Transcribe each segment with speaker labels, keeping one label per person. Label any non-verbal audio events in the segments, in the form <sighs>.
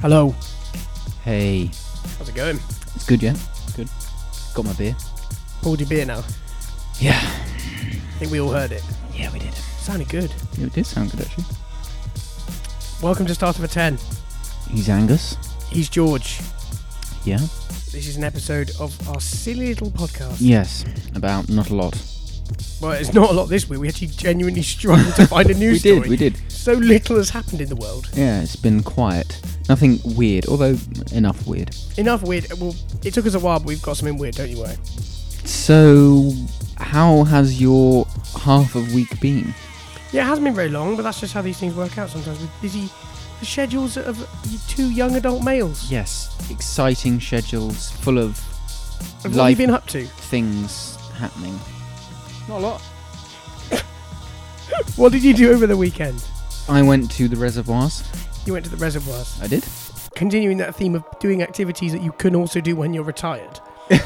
Speaker 1: Hello.
Speaker 2: Hey,
Speaker 1: How's it going?
Speaker 2: it's good, yeah? Good. Got my beer.
Speaker 1: Pulled your beer now.
Speaker 2: Yeah.
Speaker 1: I think we all heard it.
Speaker 2: Yeah, we did.
Speaker 1: Sounded good.
Speaker 2: It did sound good, actually.
Speaker 1: Welcome to Start of a 10.
Speaker 2: He's Angus.
Speaker 1: He's George.
Speaker 2: Yeah.
Speaker 1: This is an episode of our silly little podcast.
Speaker 2: Yes. About not a lot.
Speaker 1: Well, it's not a lot this week. We actually genuinely struggled to <laughs> find a news
Speaker 2: we
Speaker 1: story.
Speaker 2: did. We did.
Speaker 1: So little has happened in the world.
Speaker 2: Yeah, it's been quiet. Nothing weird, although enough weird.
Speaker 1: Enough weird. Well, it took us a while, but we've got something weird, don't you worry.
Speaker 2: So, how has your half of week been?
Speaker 1: Yeah, it hasn't been very long, but that's just how these things work out sometimes with busy schedules of two young adult males.
Speaker 2: Yes. Exciting schedules, full of
Speaker 1: And What have
Speaker 2: Life-
Speaker 1: you been up to?
Speaker 2: things happening. Not a lot.
Speaker 1: What did you do over the weekend?
Speaker 2: I went to the reservoirs.
Speaker 1: You went to the reservoirs.
Speaker 2: I did.
Speaker 1: continuing that theme of doing activities that you can also do when you're retired.
Speaker 2: <laughs>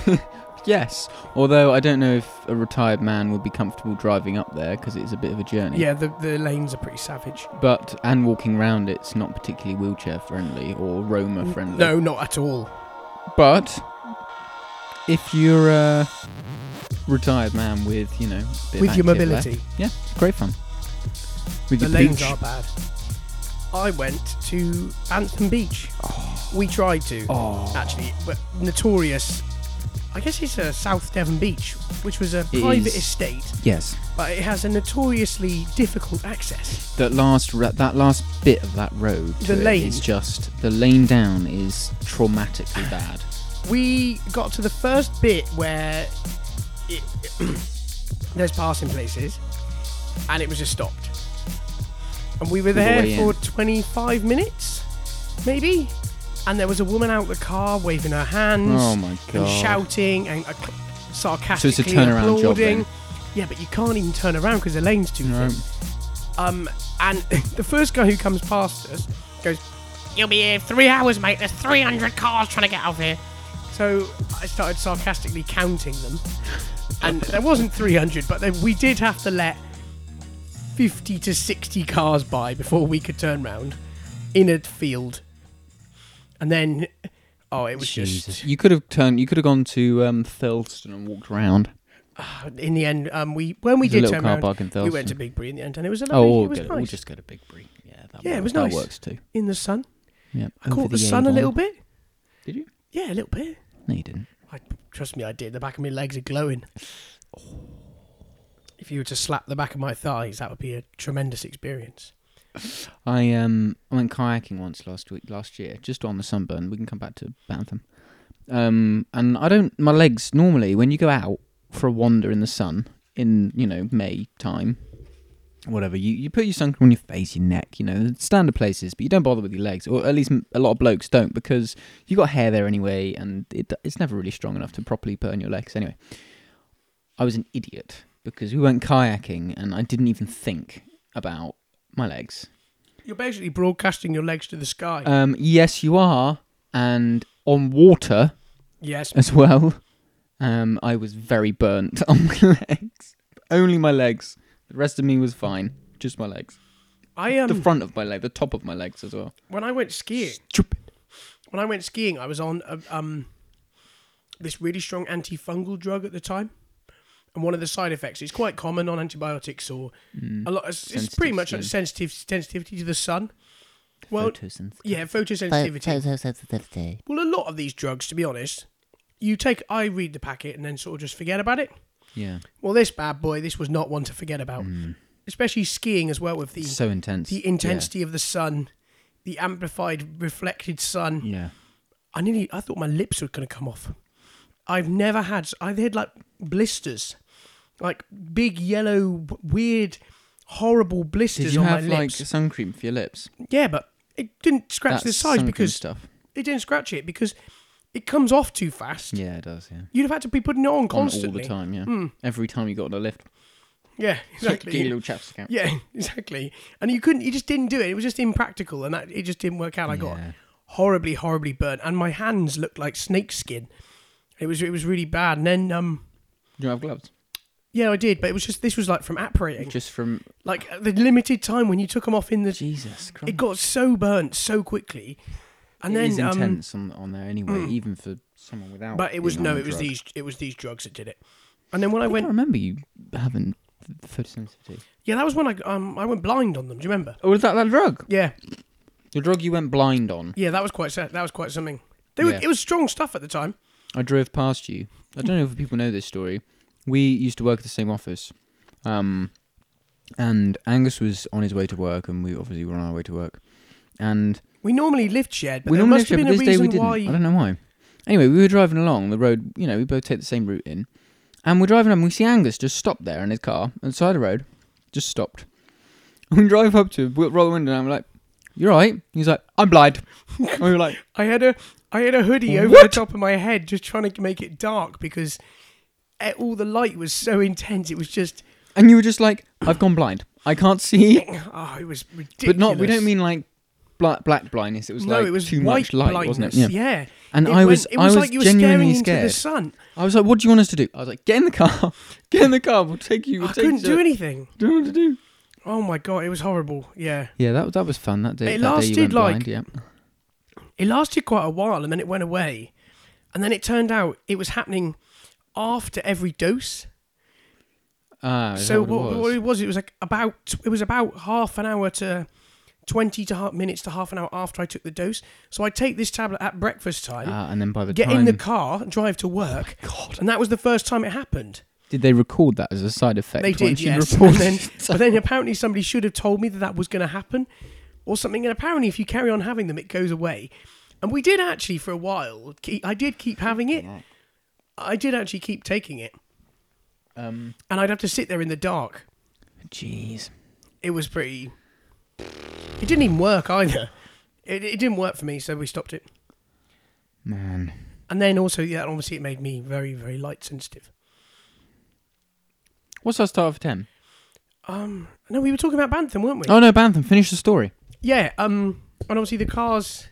Speaker 2: Yes, although I don't know if a retired man would be comfortable driving up there because it's a bit of a journey.
Speaker 1: Yeah, the, the lanes are pretty savage.
Speaker 2: But and walking round, it's not particularly wheelchair friendly or Roma friendly.
Speaker 1: No, not at all.
Speaker 2: But if you're a retired man with you know a bit
Speaker 1: With
Speaker 2: of
Speaker 1: your
Speaker 2: active
Speaker 1: mobility,
Speaker 2: left, great fun. With
Speaker 1: the
Speaker 2: your
Speaker 1: lanes
Speaker 2: beach.
Speaker 1: are bad. I went to Anthem Beach. We tried to,
Speaker 2: Oh,
Speaker 1: actually, but notorious. I guess it's a South Devon beach, which was a
Speaker 2: It
Speaker 1: private
Speaker 2: is.
Speaker 1: estate,
Speaker 2: yes.
Speaker 1: but it has a notoriously difficult access.
Speaker 2: That last ra- that last bit of that road. to
Speaker 1: The
Speaker 2: it
Speaker 1: lane.
Speaker 2: is just the lane down is
Speaker 1: <sighs>
Speaker 2: traumatically bad.
Speaker 1: We got to the first bit where it, <clears throat> there's passing places, and it was just stopped. And we were
Speaker 2: the
Speaker 1: there
Speaker 2: way
Speaker 1: for
Speaker 2: in.
Speaker 1: 25 minutes, maybe. And there was a woman out the car waving her hands
Speaker 2: Oh my
Speaker 1: and
Speaker 2: god.
Speaker 1: shouting and uh, cl- sarcastically
Speaker 2: turnaround job
Speaker 1: applauding.
Speaker 2: then?
Speaker 1: Yeah, but you can't even turn around because the lane's too
Speaker 2: No.
Speaker 1: thin. Um, and <laughs> the first guy who comes past us goes, "You'll be here three hours, mate. There's 300 cars trying to get out of here." So I started sarcastically counting
Speaker 2: <laughs>
Speaker 1: them, and there wasn't 300, but then we did have to let 50 to 60 cars by before we could turn round in a field. And then, oh, it was
Speaker 2: Jesus.
Speaker 1: just.
Speaker 2: You could have turned. You could have gone to um, Thirlston and walked around.
Speaker 1: In the end, um, we when we
Speaker 2: There's a
Speaker 1: did
Speaker 2: little
Speaker 1: turn
Speaker 2: car
Speaker 1: round,
Speaker 2: park in
Speaker 1: we went
Speaker 2: Thirlston.
Speaker 1: to Big Bree in the end, and it was a lovely.
Speaker 2: Oh, we'll,
Speaker 1: it was
Speaker 2: go-
Speaker 1: nice.
Speaker 2: we'll just go to Big Bree. Yeah, that
Speaker 1: Yeah, it
Speaker 2: works,
Speaker 1: was nice.
Speaker 2: That works too.
Speaker 1: in the sun.
Speaker 2: Yeah,
Speaker 1: I
Speaker 2: over
Speaker 1: caught the sun a
Speaker 2: Avon.
Speaker 1: little bit.
Speaker 2: Did you?
Speaker 1: Yeah, a little bit.
Speaker 2: No, you didn't.
Speaker 1: I, trust me, I did. The back of my legs are glowing. If you were to slap the back of my thighs, that would be a tremendous experience.
Speaker 2: I um I went kayaking once last week last year, just on the sunburn. We can come back to Bantham. Um, and I don't my legs normally when you go out for a wander in the sun in you know May time, whatever you you put your sunscreen on your face, your neck, you know standard places, but you don't bother with your legs, or at least m- a lot of blokes don't because you got hair there anyway, and it it's never really strong enough to properly burn your legs anyway. I was an idiot because we went kayaking and I didn't even think about my legs.
Speaker 1: You're basically broadcasting your legs to the sky.
Speaker 2: Um, yes, you are, and on water
Speaker 1: yes.
Speaker 2: as well. Um, I was very burnt <laughs> on my legs. Only my legs. The rest of me was fine. Just my legs.
Speaker 1: I um,
Speaker 2: The front of my leg, the top of my legs as well.
Speaker 1: when I went skiing,
Speaker 2: Stupid.
Speaker 1: when I went skiing, I was on a, um this really strong antifungal drug at the time. And one of the side effects, it's quite common on antibiotics or a lot. It's, it's pretty
Speaker 2: Mm. Sensitive
Speaker 1: much a
Speaker 2: skin.
Speaker 1: sensitive sensitivity to the sun. Well,
Speaker 2: Photosynthesis.
Speaker 1: yeah, photosensitivity.
Speaker 3: Sensitivity.
Speaker 1: Well, a lot of these drugs, to be honest, you take, I read the packet and then sort of just forget about it.
Speaker 2: Yeah.
Speaker 1: Well, this bad boy, this was not one to forget about,
Speaker 2: Mm.
Speaker 1: especially skiing as well with the,
Speaker 2: So intense.
Speaker 1: the intensity of the sun, the amplified reflected sun.
Speaker 2: Yeah. yeah.
Speaker 1: I nearly, I thought my lips were going to come off. I've never had, s- I've had like blisters, like big yellow, w- weird, horrible blisters
Speaker 2: Did you
Speaker 1: on
Speaker 2: have
Speaker 1: my
Speaker 2: like
Speaker 1: lips.
Speaker 2: sun cream for your lips?
Speaker 1: yeah, but it didn't scratch the
Speaker 2: That's
Speaker 1: sides
Speaker 2: sun cream
Speaker 1: because
Speaker 2: stuff.
Speaker 1: it didn't scratch it because it comes off too fast.
Speaker 2: Yeah, it does. Yeah.
Speaker 1: You'd have had to be putting it on
Speaker 2: On all the
Speaker 1: constantly.
Speaker 2: time. Yeah. Every time you got on a lift.
Speaker 1: Yeah,
Speaker 2: Get your
Speaker 1: exactly.
Speaker 2: little chaps account.
Speaker 1: yeah, <laughs> exactly. And you couldn't. You just didn't do it. It was just impractical, and that it just didn't work out. I got
Speaker 2: Yeah.
Speaker 1: horribly, horribly burnt, and my hands looked like snake skin. It was it was really bad. And then um,
Speaker 2: Do you have gloves?
Speaker 1: yeah, I did, but it was just this was like from apparating,
Speaker 2: Just from
Speaker 1: like uh, the limited time when you took them off in the.
Speaker 2: Jesus Christ.
Speaker 1: It got so burnt so quickly And
Speaker 2: It
Speaker 1: then
Speaker 2: is
Speaker 1: um, mm.
Speaker 2: intense on, on there anyway, even for someone without.
Speaker 1: but it
Speaker 2: being
Speaker 1: was
Speaker 2: on
Speaker 1: no,
Speaker 2: a
Speaker 1: it was
Speaker 2: drug.
Speaker 1: these it was these drugs that did it. And then when I
Speaker 2: I
Speaker 1: went,
Speaker 2: can't remember you having th- photosensitivity.
Speaker 1: yeah, that was when I um I went blind on them. Do you remember?
Speaker 2: Oh, was that that drug?
Speaker 1: Yeah,
Speaker 2: The drug you went blind on.
Speaker 1: yeah, that was quite sa- that was quite something. They were,
Speaker 2: Yeah.
Speaker 1: It was strong stuff at the time.
Speaker 2: I drove past you. I don't know if people know this story. We used to work at the same office, um, and Angus was on his way to work, and we obviously were on our way to work, and
Speaker 1: We normally lived shared, but
Speaker 2: we
Speaker 1: there
Speaker 2: normally
Speaker 1: must
Speaker 2: have
Speaker 1: have been
Speaker 2: but
Speaker 1: a
Speaker 2: this day we
Speaker 1: reason
Speaker 2: didn't.
Speaker 1: why.
Speaker 2: I don't know why. Anyway, we were driving along the road. You know, we both take the same route in, and we're driving up. and We see Angus just stopped there in his car on the side of the road, just stopped. <laughs> And we drive up to him, we roll the window, and we're like, "You're right." He's like, "I'm
Speaker 1: <laughs>
Speaker 2: blind." and we were like,
Speaker 1: I had a I had a hoodie over the
Speaker 2: What?
Speaker 1: top of my head, just trying to make it dark because eh, all the light was so intense. It was just
Speaker 2: and you were just like, "I've gone blind. I can't see."
Speaker 1: <coughs> oh, it was ridiculous.
Speaker 2: But not. We don't mean like black, black blindness. It was
Speaker 1: no,
Speaker 2: like
Speaker 1: it was
Speaker 2: too
Speaker 1: white
Speaker 2: much light,
Speaker 1: blindness.
Speaker 2: wasn't it?
Speaker 1: Yeah.
Speaker 2: And
Speaker 1: It
Speaker 2: I
Speaker 1: went-
Speaker 2: was,
Speaker 1: it was
Speaker 2: I was
Speaker 1: like you were
Speaker 2: genuinely
Speaker 1: staring into the
Speaker 2: scared.
Speaker 1: sun.
Speaker 2: I was like, "What do you want us to do?" I was like, "Get in the car. Get in the car. We'll take you. We'll
Speaker 1: I
Speaker 2: take
Speaker 1: couldn't
Speaker 2: you.
Speaker 1: do anything.
Speaker 2: Do you know what to do?"
Speaker 1: Oh my god, it was horrible. Yeah,
Speaker 2: Yeah, that that was fun that day.
Speaker 1: It
Speaker 2: that
Speaker 1: lasted,
Speaker 2: day you went
Speaker 1: like-
Speaker 2: blind, yeah.
Speaker 1: it lasted quite a while, and then it went away, and then it turned out it was happening after every dose.
Speaker 2: Ah, is
Speaker 1: so
Speaker 2: that what, it was?
Speaker 1: what it was, it was like about it was about half an hour to twenty to half minutes to half an hour after I took the dose. So I take this tablet at breakfast time,
Speaker 2: Ah, and then by the
Speaker 1: get
Speaker 2: time
Speaker 1: in the
Speaker 2: <laughs>
Speaker 1: car, drive to work,
Speaker 2: Oh
Speaker 1: and that was the first time it happened.
Speaker 2: did they record that as a side effect?
Speaker 1: They did,
Speaker 2: once you
Speaker 1: yes. <laughs> And
Speaker 2: reported <laughs>
Speaker 1: then,
Speaker 2: it?
Speaker 1: but then apparently somebody should have told me that that was going to happen or something. And apparently, if you carry on having them, it goes away. And we did actually for a while. Keep, I did keep having it. I did actually keep taking it,
Speaker 2: um,
Speaker 1: and I'd have to sit there in the dark.
Speaker 2: jeez,
Speaker 1: It was pretty. It didn't even work either. It, it didn't work for me, so we stopped it.
Speaker 2: man,
Speaker 1: And then also, yeah, obviously, it made me very, very light sensitive.
Speaker 2: what's our start for ten?
Speaker 1: Um, no, we were talking about Bantam, weren't we?
Speaker 2: Oh no, Bantham, finish the story.
Speaker 1: Yeah, um, and obviously the cars.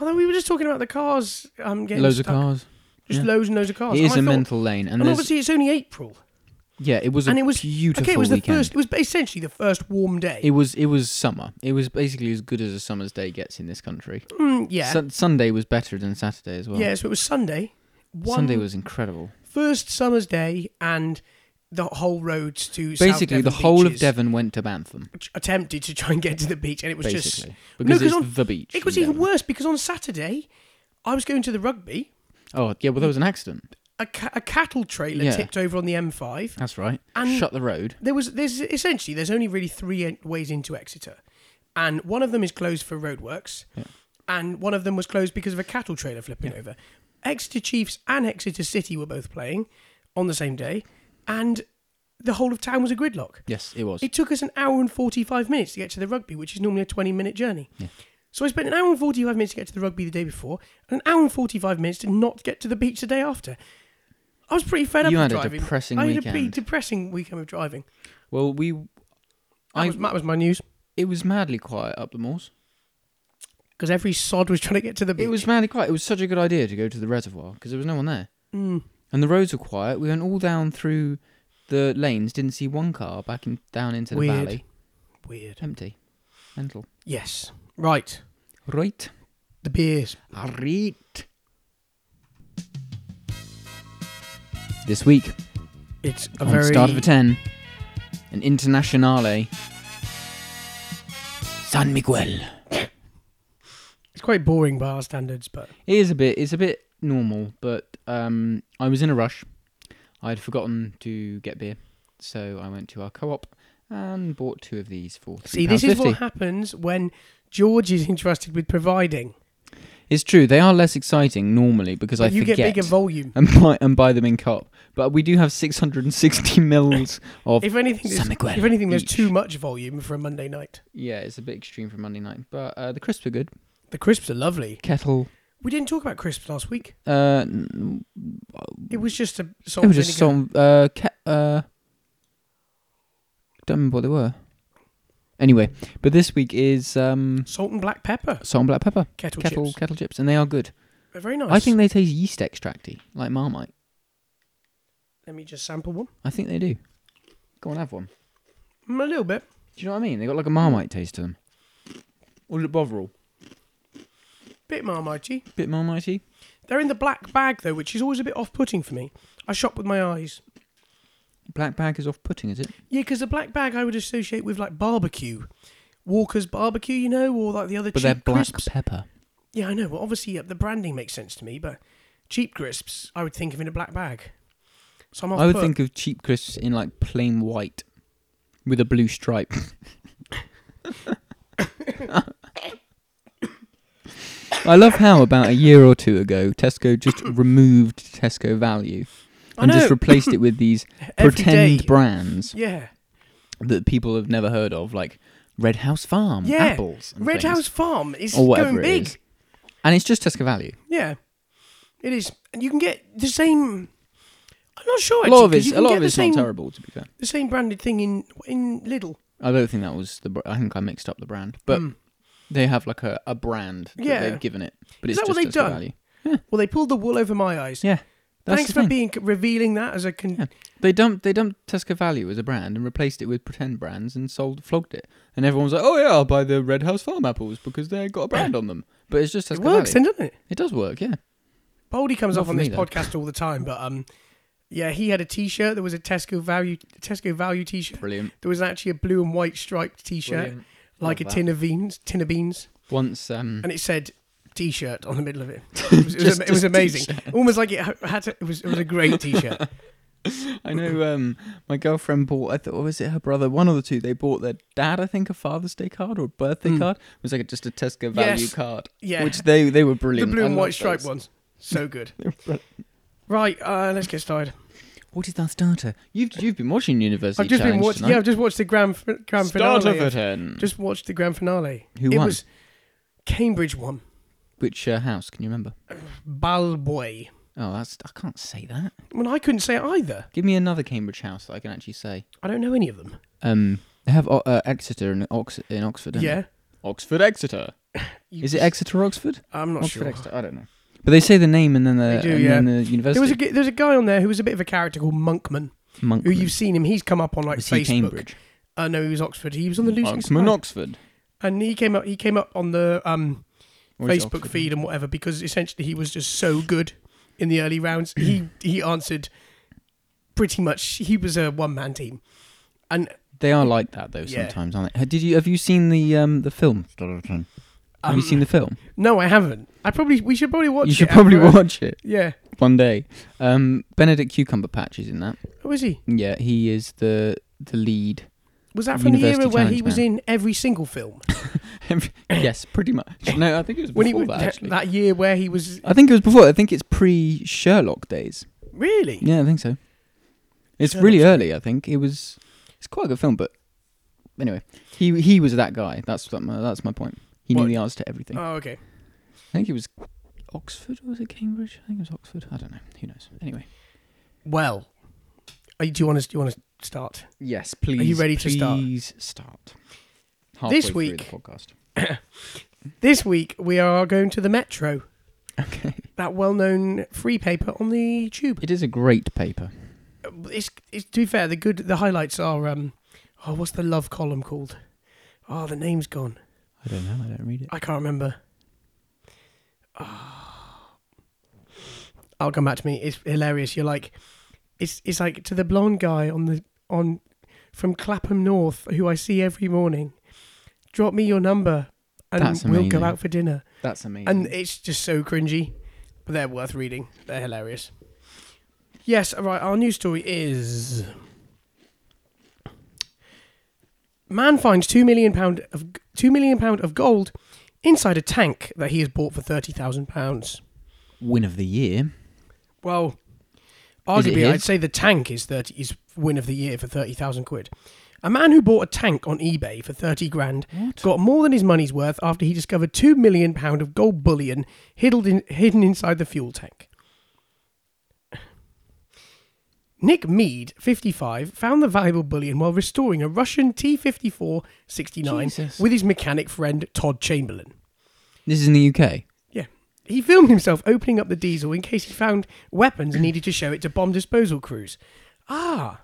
Speaker 1: Although we were just talking about the cars, um, getting
Speaker 2: Loads
Speaker 1: stuck.
Speaker 2: of cars.
Speaker 1: just
Speaker 2: yeah.
Speaker 1: loads and loads of cars.
Speaker 2: It is
Speaker 1: And I
Speaker 2: a
Speaker 1: thought-
Speaker 2: mental lane, and,
Speaker 1: And,
Speaker 2: there's-
Speaker 1: obviously, it's only April,
Speaker 2: yeah, it was a
Speaker 1: and it was
Speaker 2: beautiful
Speaker 1: Okay, it was the
Speaker 2: weekend.
Speaker 1: first. It was essentially the first warm day.
Speaker 2: It was it was summer. It was basically as good as a summer's day gets in this country.
Speaker 1: Mm, yeah,
Speaker 2: Sun- Sunday was better than Saturday as well.
Speaker 1: yeah. So it was Sunday. One
Speaker 2: Sunday was incredible.
Speaker 1: first summer's day, and the whole roads to South
Speaker 2: Basically, the
Speaker 1: Devon
Speaker 2: whole of
Speaker 1: beaches
Speaker 2: Devon went to Bantham.
Speaker 1: attempted to try and get to the beach, and it was just.
Speaker 2: Basically,
Speaker 1: No,
Speaker 2: because
Speaker 1: 'cause
Speaker 2: it's
Speaker 1: on-
Speaker 2: the beach.
Speaker 1: It was
Speaker 2: in
Speaker 1: even
Speaker 2: Devon.
Speaker 1: worse because on Saturday, I was going to the rugby.
Speaker 2: Oh yeah, well there was an accident.
Speaker 1: A, ca- a cattle trailer
Speaker 2: Yeah.
Speaker 1: tipped over on the M5.
Speaker 2: That's right.
Speaker 1: And-
Speaker 2: Shut the road.
Speaker 1: there was there's essentially there's only really three en- ways into Exeter, and one of them is closed for roadworks, and one of them was closed because of a cattle trailer flipping over. Exeter Chiefs and Exeter City were both playing on the same day, and the whole of town was a gridlock.
Speaker 2: Yes, it was.
Speaker 1: It took us an hour and 45 minutes to get to the rugby, which is normally a 20 minute journey.
Speaker 2: Yeah.
Speaker 1: So I spent an hour and 45 minutes to get to the rugby the day before, and an hour and 45 minutes to not get to the beach the day after. I was pretty fed up
Speaker 2: You
Speaker 1: with
Speaker 2: had a
Speaker 1: driving.
Speaker 2: depressing
Speaker 1: I had a pretty
Speaker 2: weekend.
Speaker 1: depressing weekend of driving.
Speaker 2: well, we.
Speaker 1: That,
Speaker 2: I.
Speaker 1: was, that was my news.
Speaker 2: it was madly quiet up the moors.
Speaker 1: Because every sod was trying to get to the beach.
Speaker 2: It was madly quiet. It was such a good idea to go to the reservoir because there was no one there,
Speaker 1: Mm.
Speaker 2: and the roads were quiet. We went all down through the lanes. Didn't see one car back in, down into the
Speaker 1: Weird.
Speaker 2: valley.
Speaker 1: Weird.
Speaker 2: Empty. Mental.
Speaker 1: Yes. Right.
Speaker 2: Right.
Speaker 1: The beers.
Speaker 2: Right. This week
Speaker 1: It's a
Speaker 2: on
Speaker 1: very.
Speaker 2: Start of a Ten, an internationale. San Miguel.
Speaker 1: it's quite boring by our standards, but.
Speaker 2: It is a bit. It's a bit normal, but um, I was in a rush. I'd forgotten to get beer, so I went to our co-op and bought two of these for.
Speaker 1: See, this is what
Speaker 2: £3.50.
Speaker 1: happens when George is entrusted with providing.
Speaker 2: It's true. They are less exciting normally because I
Speaker 1: But you
Speaker 2: forget
Speaker 1: get bigger volume.
Speaker 2: and buy and buy them in co-op. But we do have
Speaker 1: <laughs>
Speaker 2: 660 mils of.
Speaker 1: If anything, there's,
Speaker 2: San Miguel
Speaker 1: if anything, there's
Speaker 2: each.
Speaker 1: too much volume for a Monday night.
Speaker 2: yeah, it's a bit extreme for Monday night, but uh, the crisps are good.
Speaker 1: The crisps are lovely.
Speaker 2: Kettle.
Speaker 1: We didn't talk about crisps last week.
Speaker 2: Uh, n-
Speaker 1: It was just a salt
Speaker 2: it was
Speaker 1: and
Speaker 2: just
Speaker 1: vinegar.
Speaker 2: some. Uh, ke- uh, don't remember what they were. Anyway, but this week is um,
Speaker 1: salt and black pepper
Speaker 2: salt and black pepper
Speaker 1: kettle,
Speaker 2: kettle
Speaker 1: chips.
Speaker 2: kettle chips, and they are good.
Speaker 1: They're very nice.
Speaker 2: I think they taste yeast extracty, like Marmite.
Speaker 1: Let me just sample one.
Speaker 2: I think they do. Go on, have one.
Speaker 1: Mm, A little bit.
Speaker 2: Do you know what I mean? They got like a Marmite taste to them. Or is it Bovril?
Speaker 1: Bit marmitey.
Speaker 2: Bit more mighty.
Speaker 1: They're in the black bag though, which is always a bit off-putting for me. I shop with my eyes.
Speaker 2: Black bag is off-putting, is it?
Speaker 1: Yeah, because the black bag I would associate with like barbecue, Walker's barbecue, you know, or like the other
Speaker 2: But
Speaker 1: cheap
Speaker 2: they're black
Speaker 1: crisps.
Speaker 2: pepper.
Speaker 1: Yeah, I know. Well, obviously uh, the branding makes sense to me, but cheap crisps I would think of in a black bag. So I'm off
Speaker 2: I would think of cheap crisps in like plain white, with a blue stripe. <laughs> I love how about a year or two ago Tesco
Speaker 1: <coughs>
Speaker 2: just removed Tesco value
Speaker 1: I
Speaker 2: and just
Speaker 1: know.
Speaker 2: replaced
Speaker 1: <coughs>
Speaker 2: it with these
Speaker 1: Every
Speaker 2: pretend
Speaker 1: day.
Speaker 2: brands
Speaker 1: Yeah,
Speaker 2: that people have never heard of, like Red House Farm
Speaker 1: Yeah.
Speaker 2: apples, and
Speaker 1: Red
Speaker 2: things,
Speaker 1: House Farm is
Speaker 2: or Oh, whatever
Speaker 1: going
Speaker 2: it
Speaker 1: big.
Speaker 2: is. and it's just Tesco value.
Speaker 1: Yeah, it is, and you can get the same. I'm not sure.
Speaker 2: A
Speaker 1: Actually,
Speaker 2: lot of
Speaker 1: 'cause
Speaker 2: it's
Speaker 1: you
Speaker 2: a
Speaker 1: can
Speaker 2: lot
Speaker 1: get
Speaker 2: of
Speaker 1: the
Speaker 2: it's
Speaker 1: same,
Speaker 2: not terrible, to be fair.
Speaker 1: The same branded thing in in Lidl.
Speaker 2: I don't think that was the. Br- I think I mixed up the brand, but
Speaker 1: Mm.
Speaker 2: they have like a, a brand that
Speaker 1: Yeah.
Speaker 2: they've given it. But
Speaker 1: Is
Speaker 2: it's
Speaker 1: that what
Speaker 2: just
Speaker 1: they've
Speaker 2: Tesco
Speaker 1: done?
Speaker 2: Value.
Speaker 1: Well, they pulled the wool over my eyes.
Speaker 2: Yeah, that's
Speaker 1: Thanks
Speaker 2: the
Speaker 1: for
Speaker 2: thing.
Speaker 1: being revealing that as a con-
Speaker 2: Yeah. They dumped they dumped Tesco Value as a brand and replaced it with pretend brands and sold flogged it. And everyone's like, oh yeah, I'll buy the Red House Farm apples because they got a brand on them. But it's just Tesco
Speaker 1: It works,
Speaker 2: Value.
Speaker 1: then, doesn't it?
Speaker 2: It does work, yeah.
Speaker 1: Baldy comes
Speaker 2: Not
Speaker 1: off
Speaker 2: for
Speaker 1: on this
Speaker 2: me, though.
Speaker 1: podcast all the time, but um, yeah, he had a T-shirt. There was a Tesco value Tesco value T-shirt.
Speaker 2: Brilliant.
Speaker 1: There was actually a blue and white striped T-shirt,
Speaker 2: Brilliant.
Speaker 1: like
Speaker 2: Love
Speaker 1: a
Speaker 2: that.
Speaker 1: tin of beans, tin of beans,
Speaker 2: Once um,
Speaker 1: <laughs> and it said T-shirt on the middle
Speaker 2: <laughs>
Speaker 1: of it. It was, it was,
Speaker 2: Just-
Speaker 1: it was
Speaker 2: <laughs> just
Speaker 1: amazing, almost like it ha- had to, it was it was a great T-shirt.
Speaker 2: I know um, my girlfriend bought. I thought or was it her brother? One of the two. They bought their dad, I think, a Father's Day card or a birthday
Speaker 1: Mm.
Speaker 2: card. It was like a, just a Tesco value
Speaker 1: Yes.
Speaker 2: card,
Speaker 1: Yeah,
Speaker 2: which they they were
Speaker 1: the
Speaker 2: <laughs> brilliant.
Speaker 1: blue
Speaker 2: I
Speaker 1: and
Speaker 2: love
Speaker 1: white striped
Speaker 2: those.
Speaker 1: ones, so
Speaker 2: <laughs>
Speaker 1: good.
Speaker 2: They're brilliant.
Speaker 1: Right, uh, let's get started.
Speaker 2: What is that starter? You've you've been watching University.
Speaker 1: I've just been
Speaker 2: Challenge
Speaker 1: watching.
Speaker 2: tonight.
Speaker 1: Yeah, I've just watched the grand fi- grand finale.
Speaker 2: starter for
Speaker 1: of-
Speaker 2: ten.
Speaker 1: Just watched the grand finale.
Speaker 2: Who
Speaker 1: it
Speaker 2: won?
Speaker 1: was Cambridge won.
Speaker 2: Which uh, house? Can you remember?
Speaker 1: Balboy.
Speaker 2: Oh, that's I can't say that.
Speaker 1: Well, I couldn't say it either.
Speaker 2: Give me another Cambridge house that I can actually say.
Speaker 1: I don't know any of them.
Speaker 2: Um, they have O- uh, Exeter in, Ox- in Oxford. Don't
Speaker 1: yeah.
Speaker 2: They? Oxford Exeter.
Speaker 1: You-
Speaker 2: Is it Exeter Oxford?
Speaker 1: I'm not
Speaker 2: Oxford
Speaker 1: sure.
Speaker 2: Exeter. I don't know. But they say the name and then the
Speaker 1: They do,
Speaker 2: and
Speaker 1: yeah.
Speaker 2: then the university.
Speaker 1: There was a g- there's a guy on there who was a bit of a character called Monkman,
Speaker 2: Monkman.
Speaker 1: who you've seen him. He's come up on like
Speaker 2: was he
Speaker 1: Facebook.
Speaker 2: Cambridge?
Speaker 1: Uh, no, he was Oxford. He was on the losing
Speaker 2: Monkman,
Speaker 1: side,
Speaker 2: Oxford.
Speaker 1: and he came up. He came up on the um,
Speaker 2: Or is it
Speaker 1: Facebook
Speaker 2: Oxford?
Speaker 1: feed and whatever because essentially he was just so good in the early rounds. he he answered pretty much. He was a one man team, and
Speaker 2: They are like that though
Speaker 1: Yeah.
Speaker 2: sometimes, aren't they? Ha- Did you have you seen the um the film? Have
Speaker 1: Um,
Speaker 2: you seen the film?
Speaker 1: no, I haven't. I probably we should probably watch.
Speaker 2: You should
Speaker 1: it
Speaker 2: probably
Speaker 1: after-
Speaker 2: watch it
Speaker 1: Yeah.
Speaker 2: one day. Um, Benedict Cucumber Patch is in that.
Speaker 1: Who is he?
Speaker 2: Yeah, he is the the lead.
Speaker 1: <coughs> Was that from
Speaker 2: University
Speaker 1: the era where he
Speaker 2: Challenge
Speaker 1: was
Speaker 2: man.
Speaker 1: in every single
Speaker 2: <laughs>
Speaker 1: film?
Speaker 2: yes, pretty much. No, I think it was before
Speaker 1: when he was
Speaker 2: that.
Speaker 1: that,
Speaker 2: Actually,
Speaker 1: that year where he was
Speaker 2: I think it was before. I think it's pre Sherlock days.
Speaker 1: really
Speaker 2: Yeah, I think so. It's
Speaker 1: Sherlock's
Speaker 2: really early. I think it was. It's quite a good film, but anyway, he he was that guy. That's what my, that's my point. He
Speaker 1: What?
Speaker 2: knew the answer to everything.
Speaker 1: oh okay
Speaker 2: I think it was Oxford or was it Cambridge? I think it was Oxford. I don't know. Who knows? Anyway.
Speaker 1: well are you- do you want to do you want to start
Speaker 2: Yes, please.
Speaker 1: ready to start?
Speaker 2: Please start.
Speaker 1: This
Speaker 2: Halfway through
Speaker 1: week-
Speaker 2: the podcast.
Speaker 1: this week we are going to the metro
Speaker 2: Okay.
Speaker 1: that well-known free paper on the tube
Speaker 2: It is a great paper.
Speaker 1: it's, it's to be fair the good the highlights are um oh what's the love column called oh the name's gone
Speaker 2: I don't know. I don't read it.
Speaker 1: i can't remember <sighs> oh. i'll come back to me it's hilarious you're like it's it's like to the blonde guy on the on from clapham north who i see every morning drop me your number and
Speaker 2: That's
Speaker 1: we'll
Speaker 2: amazing.
Speaker 1: go out for dinner
Speaker 2: That's amazing.
Speaker 1: and it's just so cringy but they're worth reading they're hilarious yes all right our news story is man finds 2 million pound of 2 million pound of gold inside a tank that he has bought for 30,000 pounds
Speaker 2: win of the year.
Speaker 1: well
Speaker 2: Is it
Speaker 1: arguably
Speaker 2: his?
Speaker 1: i'd say the tank is 30 is win of the year for 30,000 quid a man who bought a tank on ebay for 30 grand
Speaker 2: What?
Speaker 1: got more than his money's worth after he discovered two million pound of gold bullion hidden, in, hidden inside the fuel tank. Nick Mead, 55, found the valuable bullion while restoring a Russian T-54 69
Speaker 2: Jesus.
Speaker 1: with his mechanic friend Todd Chamberlain.
Speaker 2: This is in the UK.
Speaker 1: Yeah. He filmed himself opening up the diesel in case he found weapons and needed to show it to bomb disposal crews. Ah,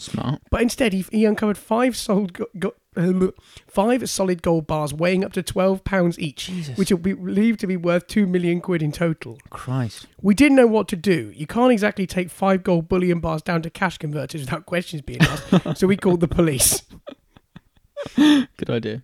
Speaker 2: Smart.
Speaker 1: But instead, he, he uncovered five solid go- go- <laughs> uh, five solid gold bars weighing up to twelve pounds each, which will be believed to be worth two million quid in total.
Speaker 2: Christ.
Speaker 1: We didn't know what to do. You can't exactly take five gold bullion bars down to cash converters without questions being asked, so we called the police.
Speaker 2: Good idea.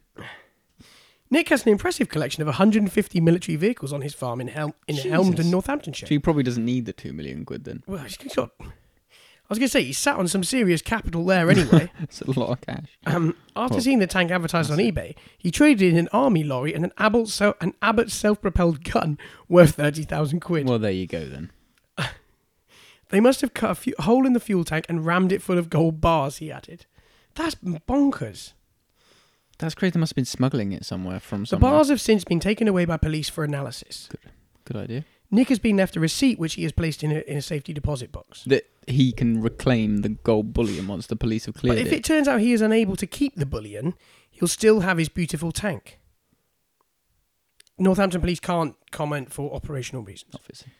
Speaker 1: Nick has an impressive collection of 150 military vehicles on his farm in, Hel- in
Speaker 2: Jesus.
Speaker 1: Helmden, Northamptonshire.
Speaker 2: So he probably doesn't need the two million quid then. <laughs>
Speaker 1: Well, he's got. I was going to say he sat on some serious capital there
Speaker 2: <laughs>
Speaker 1: anyway.
Speaker 2: It's a lot of cash.
Speaker 1: um, after
Speaker 2: Well,
Speaker 1: seeing the tank advertised on eBay, he traded in an army lorry and an Abbott, so- an Abbott self-propelled gun worth thirty thousand quid.
Speaker 2: Well, there you go then.
Speaker 1: They must have cut a fu- hole in the fuel tank and rammed it full of gold bars. He added, "That's bonkers."
Speaker 2: That's crazy. They must have been smuggling it somewhere from
Speaker 1: The
Speaker 2: somewhere.
Speaker 1: bars have since been taken away by police for analysis.
Speaker 2: Good idea.
Speaker 1: Nick has been left a receipt which he has placed in a, in a safety deposit box.
Speaker 2: That he can reclaim the gold bullion once the police have cleared
Speaker 1: But if
Speaker 2: it.
Speaker 1: it turns out he is unable to keep the bullion, he'll still have his beautiful tank. Northampton police can't comment for operational reasons.
Speaker 2: Obviously.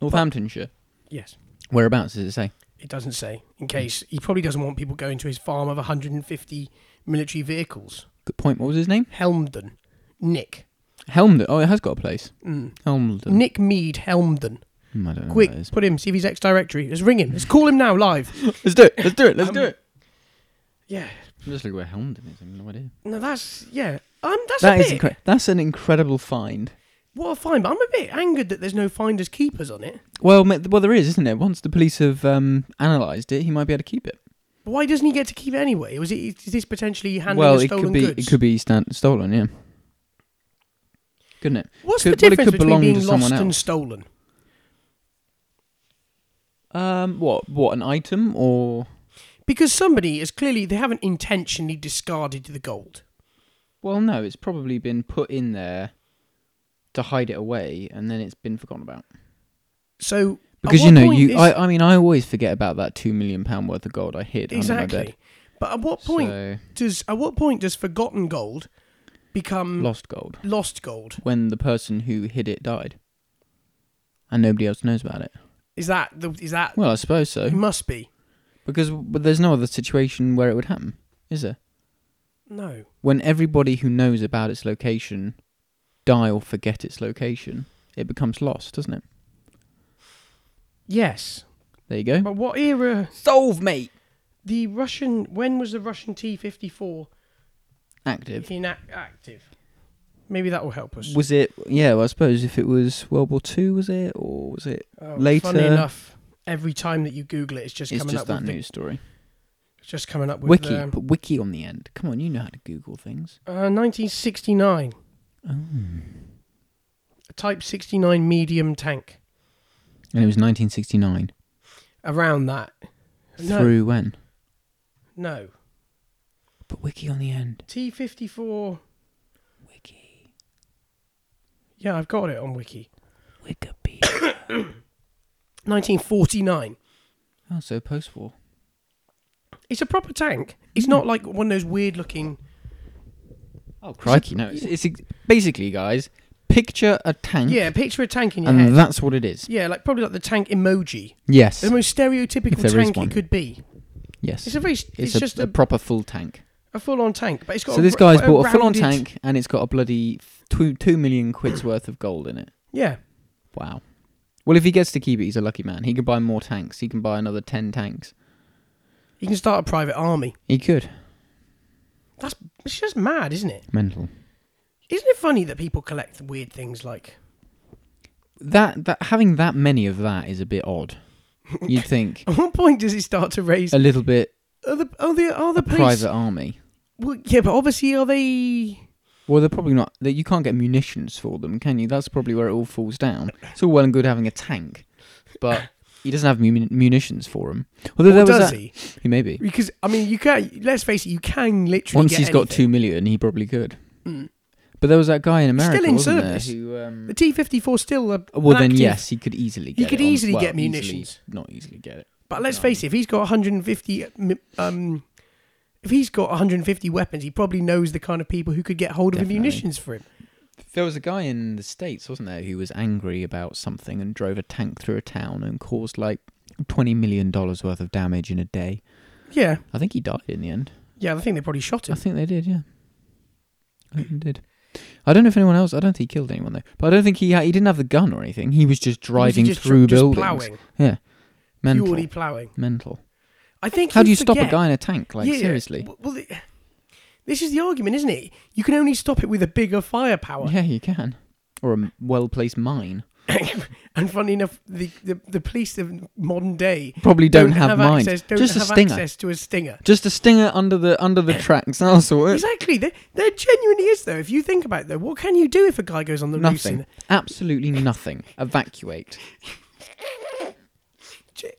Speaker 2: Northamptonshire.
Speaker 1: Yes,
Speaker 2: Whereabouts does it say?
Speaker 1: it doesn't say. In case he probably doesn't want people going to his farm of 150 military vehicles.
Speaker 2: Good point. What was his name?
Speaker 1: Helmden, Nick,
Speaker 2: Helmden. Oh, it has got a place.
Speaker 1: Mm.
Speaker 2: Helmden.
Speaker 1: Nick Mead, Helmden.
Speaker 2: Hmm, I don't know
Speaker 1: Quick,
Speaker 2: what that is.
Speaker 1: put him. See if he's ex directory. Let's ring him. Let's call him now live.
Speaker 2: Let's do it. Let's do it. Let's
Speaker 1: Um,
Speaker 2: do it.
Speaker 1: Yeah.
Speaker 2: I'm just looking where Helmden is. I have no idea.
Speaker 1: No, that's yeah. Um, that's
Speaker 2: That
Speaker 1: a
Speaker 2: is
Speaker 1: bit.
Speaker 2: incre- That's an incredible find.
Speaker 1: What a find! But I'm a bit angered that there's no finders keepers on it.
Speaker 2: Well, ma- well, there is, isn't there? Once the police have um, analysed it, he might be able to keep it.
Speaker 1: Why doesn't he get to keep it anyway? Was it is this potentially handling
Speaker 2: well,
Speaker 1: of
Speaker 2: it
Speaker 1: stolen
Speaker 2: could be
Speaker 1: goods?
Speaker 2: it could be stan- stolen, yeah. Couldn't it?
Speaker 1: What's
Speaker 2: could-
Speaker 1: the
Speaker 2: well, it
Speaker 1: difference
Speaker 2: could
Speaker 1: between
Speaker 2: belong
Speaker 1: being
Speaker 2: to someone
Speaker 1: lost and
Speaker 2: else.
Speaker 1: stolen?
Speaker 2: Um, what what an item or
Speaker 1: Because somebody is clearly they haven't intentionally discarded the gold.
Speaker 2: well, no, it's probably been put in there to hide it away, and then it's been forgotten about.
Speaker 1: So at
Speaker 2: Because
Speaker 1: what
Speaker 2: you know,
Speaker 1: point
Speaker 2: you
Speaker 1: is-
Speaker 2: I, I mean, I always forget about that two million pound worth of gold I hid under my bed.
Speaker 1: exactly. But at what point
Speaker 2: So,
Speaker 1: does at what point does forgotten gold become
Speaker 2: lost gold
Speaker 1: lost gold?
Speaker 2: when the person who hid it died, and nobody else knows about it.
Speaker 1: Is that the, is that
Speaker 2: Well, I suppose so.
Speaker 1: it must be
Speaker 2: Because but there's no other situation where it would happen, is there?
Speaker 1: no.
Speaker 2: When everybody who knows about its location die or forget its location, it becomes lost, doesn't it?
Speaker 1: Yes,
Speaker 2: There you go.
Speaker 1: but what era?
Speaker 2: Solve, mate.
Speaker 1: The Russian when was the Russian T fifty four
Speaker 2: Active.
Speaker 1: inactive? Maybe that will help us.
Speaker 2: Was it? Yeah. Well, I suppose if it was World War Two, was it, or was it?
Speaker 1: Oh,
Speaker 2: Later-
Speaker 1: Funny enough, every time that you Google it, it's just
Speaker 2: It's
Speaker 1: coming
Speaker 2: just
Speaker 1: up
Speaker 2: that
Speaker 1: with the-
Speaker 2: news story.
Speaker 1: it's just coming up with
Speaker 2: Wiki.
Speaker 1: um,
Speaker 2: Put wiki on the end. Come on, you know how to Google things. Oh.
Speaker 1: uh, 1969. A Type 69 medium tank.
Speaker 2: And it was 1969.
Speaker 1: Around that. No,
Speaker 2: Through when?
Speaker 1: no.
Speaker 2: Put wiki on the end.
Speaker 1: T54.
Speaker 2: Wiki.
Speaker 1: Yeah, I've got it on Wiki. <coughs>
Speaker 2: Wikipedia.
Speaker 1: 1949.
Speaker 2: oh, so post-war.
Speaker 1: It's a proper tank. It's not like one of those weird looking.
Speaker 2: Oh crikey! No, it's, it's ex- basically, guys, picture a tank,
Speaker 1: Yeah, picture a tank in your
Speaker 2: and
Speaker 1: head.
Speaker 2: that's what it is.
Speaker 1: Yeah, like probably like the tank emoji.
Speaker 2: Yes,
Speaker 1: The most
Speaker 2: If
Speaker 1: stereotypical
Speaker 2: there is
Speaker 1: tank
Speaker 2: one.
Speaker 1: it could be.
Speaker 2: yes,
Speaker 1: It's a very. It's,
Speaker 2: a,
Speaker 1: just
Speaker 2: a
Speaker 1: a,
Speaker 2: proper full tank.
Speaker 1: a full on tank, but it's got.
Speaker 2: So
Speaker 1: a
Speaker 2: this
Speaker 1: r-
Speaker 2: guy's
Speaker 1: quite
Speaker 2: bought a full-on
Speaker 1: rounded-
Speaker 2: tank, and it's got a bloody two two million quid's worth of gold in it.
Speaker 1: Yeah.
Speaker 2: Wow. Well, if he gets to keep it, he's a lucky man. He can buy more tanks. He can buy another ten tanks.
Speaker 1: You can start a private army.
Speaker 2: He could.
Speaker 1: That's it's just mad, isn't it?
Speaker 2: Mental.
Speaker 1: Isn't it funny that people collect weird things like <laughs>
Speaker 2: That that having that many of that is a bit odd.
Speaker 1: <laughs>
Speaker 2: You'd think
Speaker 1: at what point does it start to raise
Speaker 2: a little bit
Speaker 1: are the are the are the
Speaker 2: a
Speaker 1: police
Speaker 2: private army.
Speaker 1: Well, yeah, but obviously are they
Speaker 2: Well, they're probably not. That you can't get munitions for them, can you? That's probably where it all falls down. It's all well and good having a tank, but he doesn't have mun- munitions for him. Although
Speaker 1: or
Speaker 2: there was
Speaker 1: does
Speaker 2: that,
Speaker 1: he?
Speaker 2: he maybe
Speaker 1: Because I mean you can let's face it, you can literally
Speaker 2: once
Speaker 1: get
Speaker 2: he's got
Speaker 1: anything.
Speaker 2: two
Speaker 1: Hmm.
Speaker 2: million, he probably could. But there was that guy in America,
Speaker 1: in
Speaker 2: wasn't
Speaker 1: service.
Speaker 2: there? Who, um,
Speaker 1: the T fifty four still a
Speaker 2: well,
Speaker 1: an
Speaker 2: then
Speaker 1: active-
Speaker 2: yes, he could easily. get
Speaker 1: could
Speaker 2: it on-
Speaker 1: easily
Speaker 2: well,
Speaker 1: get
Speaker 2: easily-
Speaker 1: munitions.
Speaker 2: not easily get it.
Speaker 1: But let's face it, if he's got 150 mi- um if he's got 150 weapons, he probably knows the kind of people who could get hold of the
Speaker 2: Definitely.
Speaker 1: munitions for him.
Speaker 2: There was a guy in the states, wasn't there, who was angry about something and drove a tank through a town and caused like twenty million dollars worth of damage in a day.
Speaker 1: Yeah,
Speaker 2: I think he died in the end.
Speaker 1: yeah. I think they probably shot
Speaker 2: I
Speaker 1: him.
Speaker 2: think they did, yeah. I think they did. I don't know if anyone else. I don't think he killed anyone though. But I don't think he ha- he didn't have the gun or anything. He was just driving
Speaker 1: He was just-
Speaker 2: through
Speaker 1: just
Speaker 2: buildings.
Speaker 1: Plowing,
Speaker 2: Yeah, mental.
Speaker 1: purely plowing.
Speaker 2: mental.
Speaker 1: I think.
Speaker 2: How do you stop a
Speaker 1: forget-
Speaker 2: guy in a tank? Like
Speaker 1: Yeah,
Speaker 2: seriously?
Speaker 1: w- Well, the- this is the argument, isn't it? You can only stop it with a bigger firepower.
Speaker 2: Yeah, you can. Or a m- well-placed mine.
Speaker 1: and funny enough, the, the, the police of modern day
Speaker 2: Probably don't, have, mines.
Speaker 1: access. Don't
Speaker 2: just
Speaker 1: have
Speaker 2: a stinger.
Speaker 1: access to a stinger.
Speaker 2: Just a stinger under the under the tracks. That'll sort it.
Speaker 1: Exactly. There, there genuinely is, though. If you think about it, though, what can you do if a guy goes on the roof?
Speaker 2: Nothing.
Speaker 1: and-
Speaker 2: Absolutely nothing.
Speaker 1: <laughs>
Speaker 2: Evacuate.
Speaker 1: J-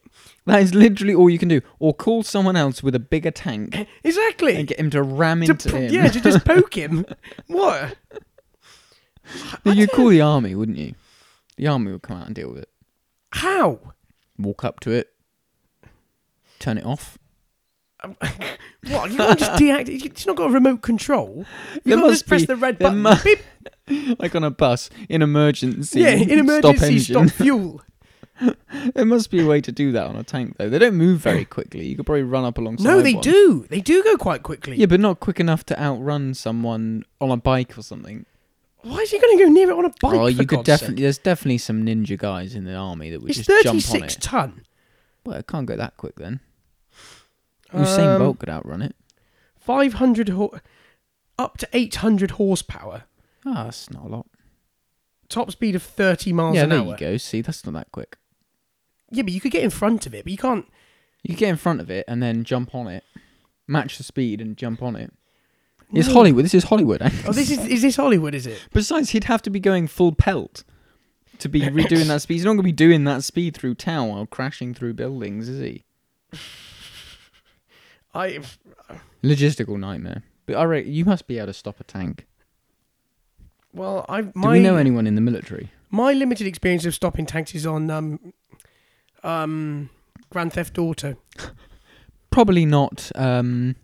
Speaker 2: That is literally all you can do. Or call someone else with a bigger tank
Speaker 1: <laughs> Exactly.
Speaker 2: and get him to ram
Speaker 1: To
Speaker 2: into
Speaker 1: pro-
Speaker 2: him.
Speaker 1: yeah, to just
Speaker 2: <laughs>
Speaker 1: poke him. What?
Speaker 2: You'd call the army, wouldn't you? The army would come out and deal with it.
Speaker 1: How?
Speaker 2: Walk up to it, turn it off.
Speaker 1: Um, what? You can't just deactivate. It's not got a remote control. You
Speaker 2: There
Speaker 1: can't just
Speaker 2: must
Speaker 1: press
Speaker 2: be-
Speaker 1: the red
Speaker 2: there
Speaker 1: button.
Speaker 2: must-
Speaker 1: Beep.
Speaker 2: Like on a bus, in emergency.
Speaker 1: Yeah, in
Speaker 2: <laughs> Stop
Speaker 1: emergency,
Speaker 2: engine.
Speaker 1: stop fuel.
Speaker 2: There must be a way to do that on a tank, though. They don't move <coughs> very quickly. You could probably run up alongside
Speaker 1: No, they
Speaker 2: one.
Speaker 1: do. They do go quite quickly.
Speaker 2: Yeah, but not quick enough to outrun someone on a bike or something.
Speaker 1: Why is he going to go near it on a bike?
Speaker 2: oh,
Speaker 1: for
Speaker 2: you could
Speaker 1: God's
Speaker 2: definitely.
Speaker 1: sake?
Speaker 2: There's definitely some ninja guys in the army that would
Speaker 1: It's
Speaker 2: just jump on
Speaker 1: 36
Speaker 2: it.
Speaker 1: ton.
Speaker 2: Well, it can't go that quick then. Usain
Speaker 1: Um,
Speaker 2: Bolt could outrun it.
Speaker 1: 500 ho- up to 800 horsepower.
Speaker 2: Ah, that's not a lot.
Speaker 1: Top speed of 30 miles
Speaker 2: Yeah,
Speaker 1: an
Speaker 2: there
Speaker 1: hour.
Speaker 2: you go. See, that's not that quick.
Speaker 1: Yeah, but you could get in front of it, but you can't.
Speaker 2: You could get in front of it and then jump on it, match the speed and jump on it. It's
Speaker 1: No.
Speaker 2: Hollywood. This is Hollywood. eh?
Speaker 1: Oh, this is is this Hollywood? Is it?
Speaker 2: <laughs> Besides, he'd have to be going full pelt to be redoing that speed. He's not going to be doing that speed through town while crashing through buildings, is he?
Speaker 1: I
Speaker 2: Logistical nightmare. But I re- you must be able to stop a tank.
Speaker 1: well, I
Speaker 2: Do
Speaker 1: my
Speaker 2: we know anyone in the military?
Speaker 1: my limited experience of stopping tanks is on um um Grand Theft Auto.
Speaker 2: Probably not. Um,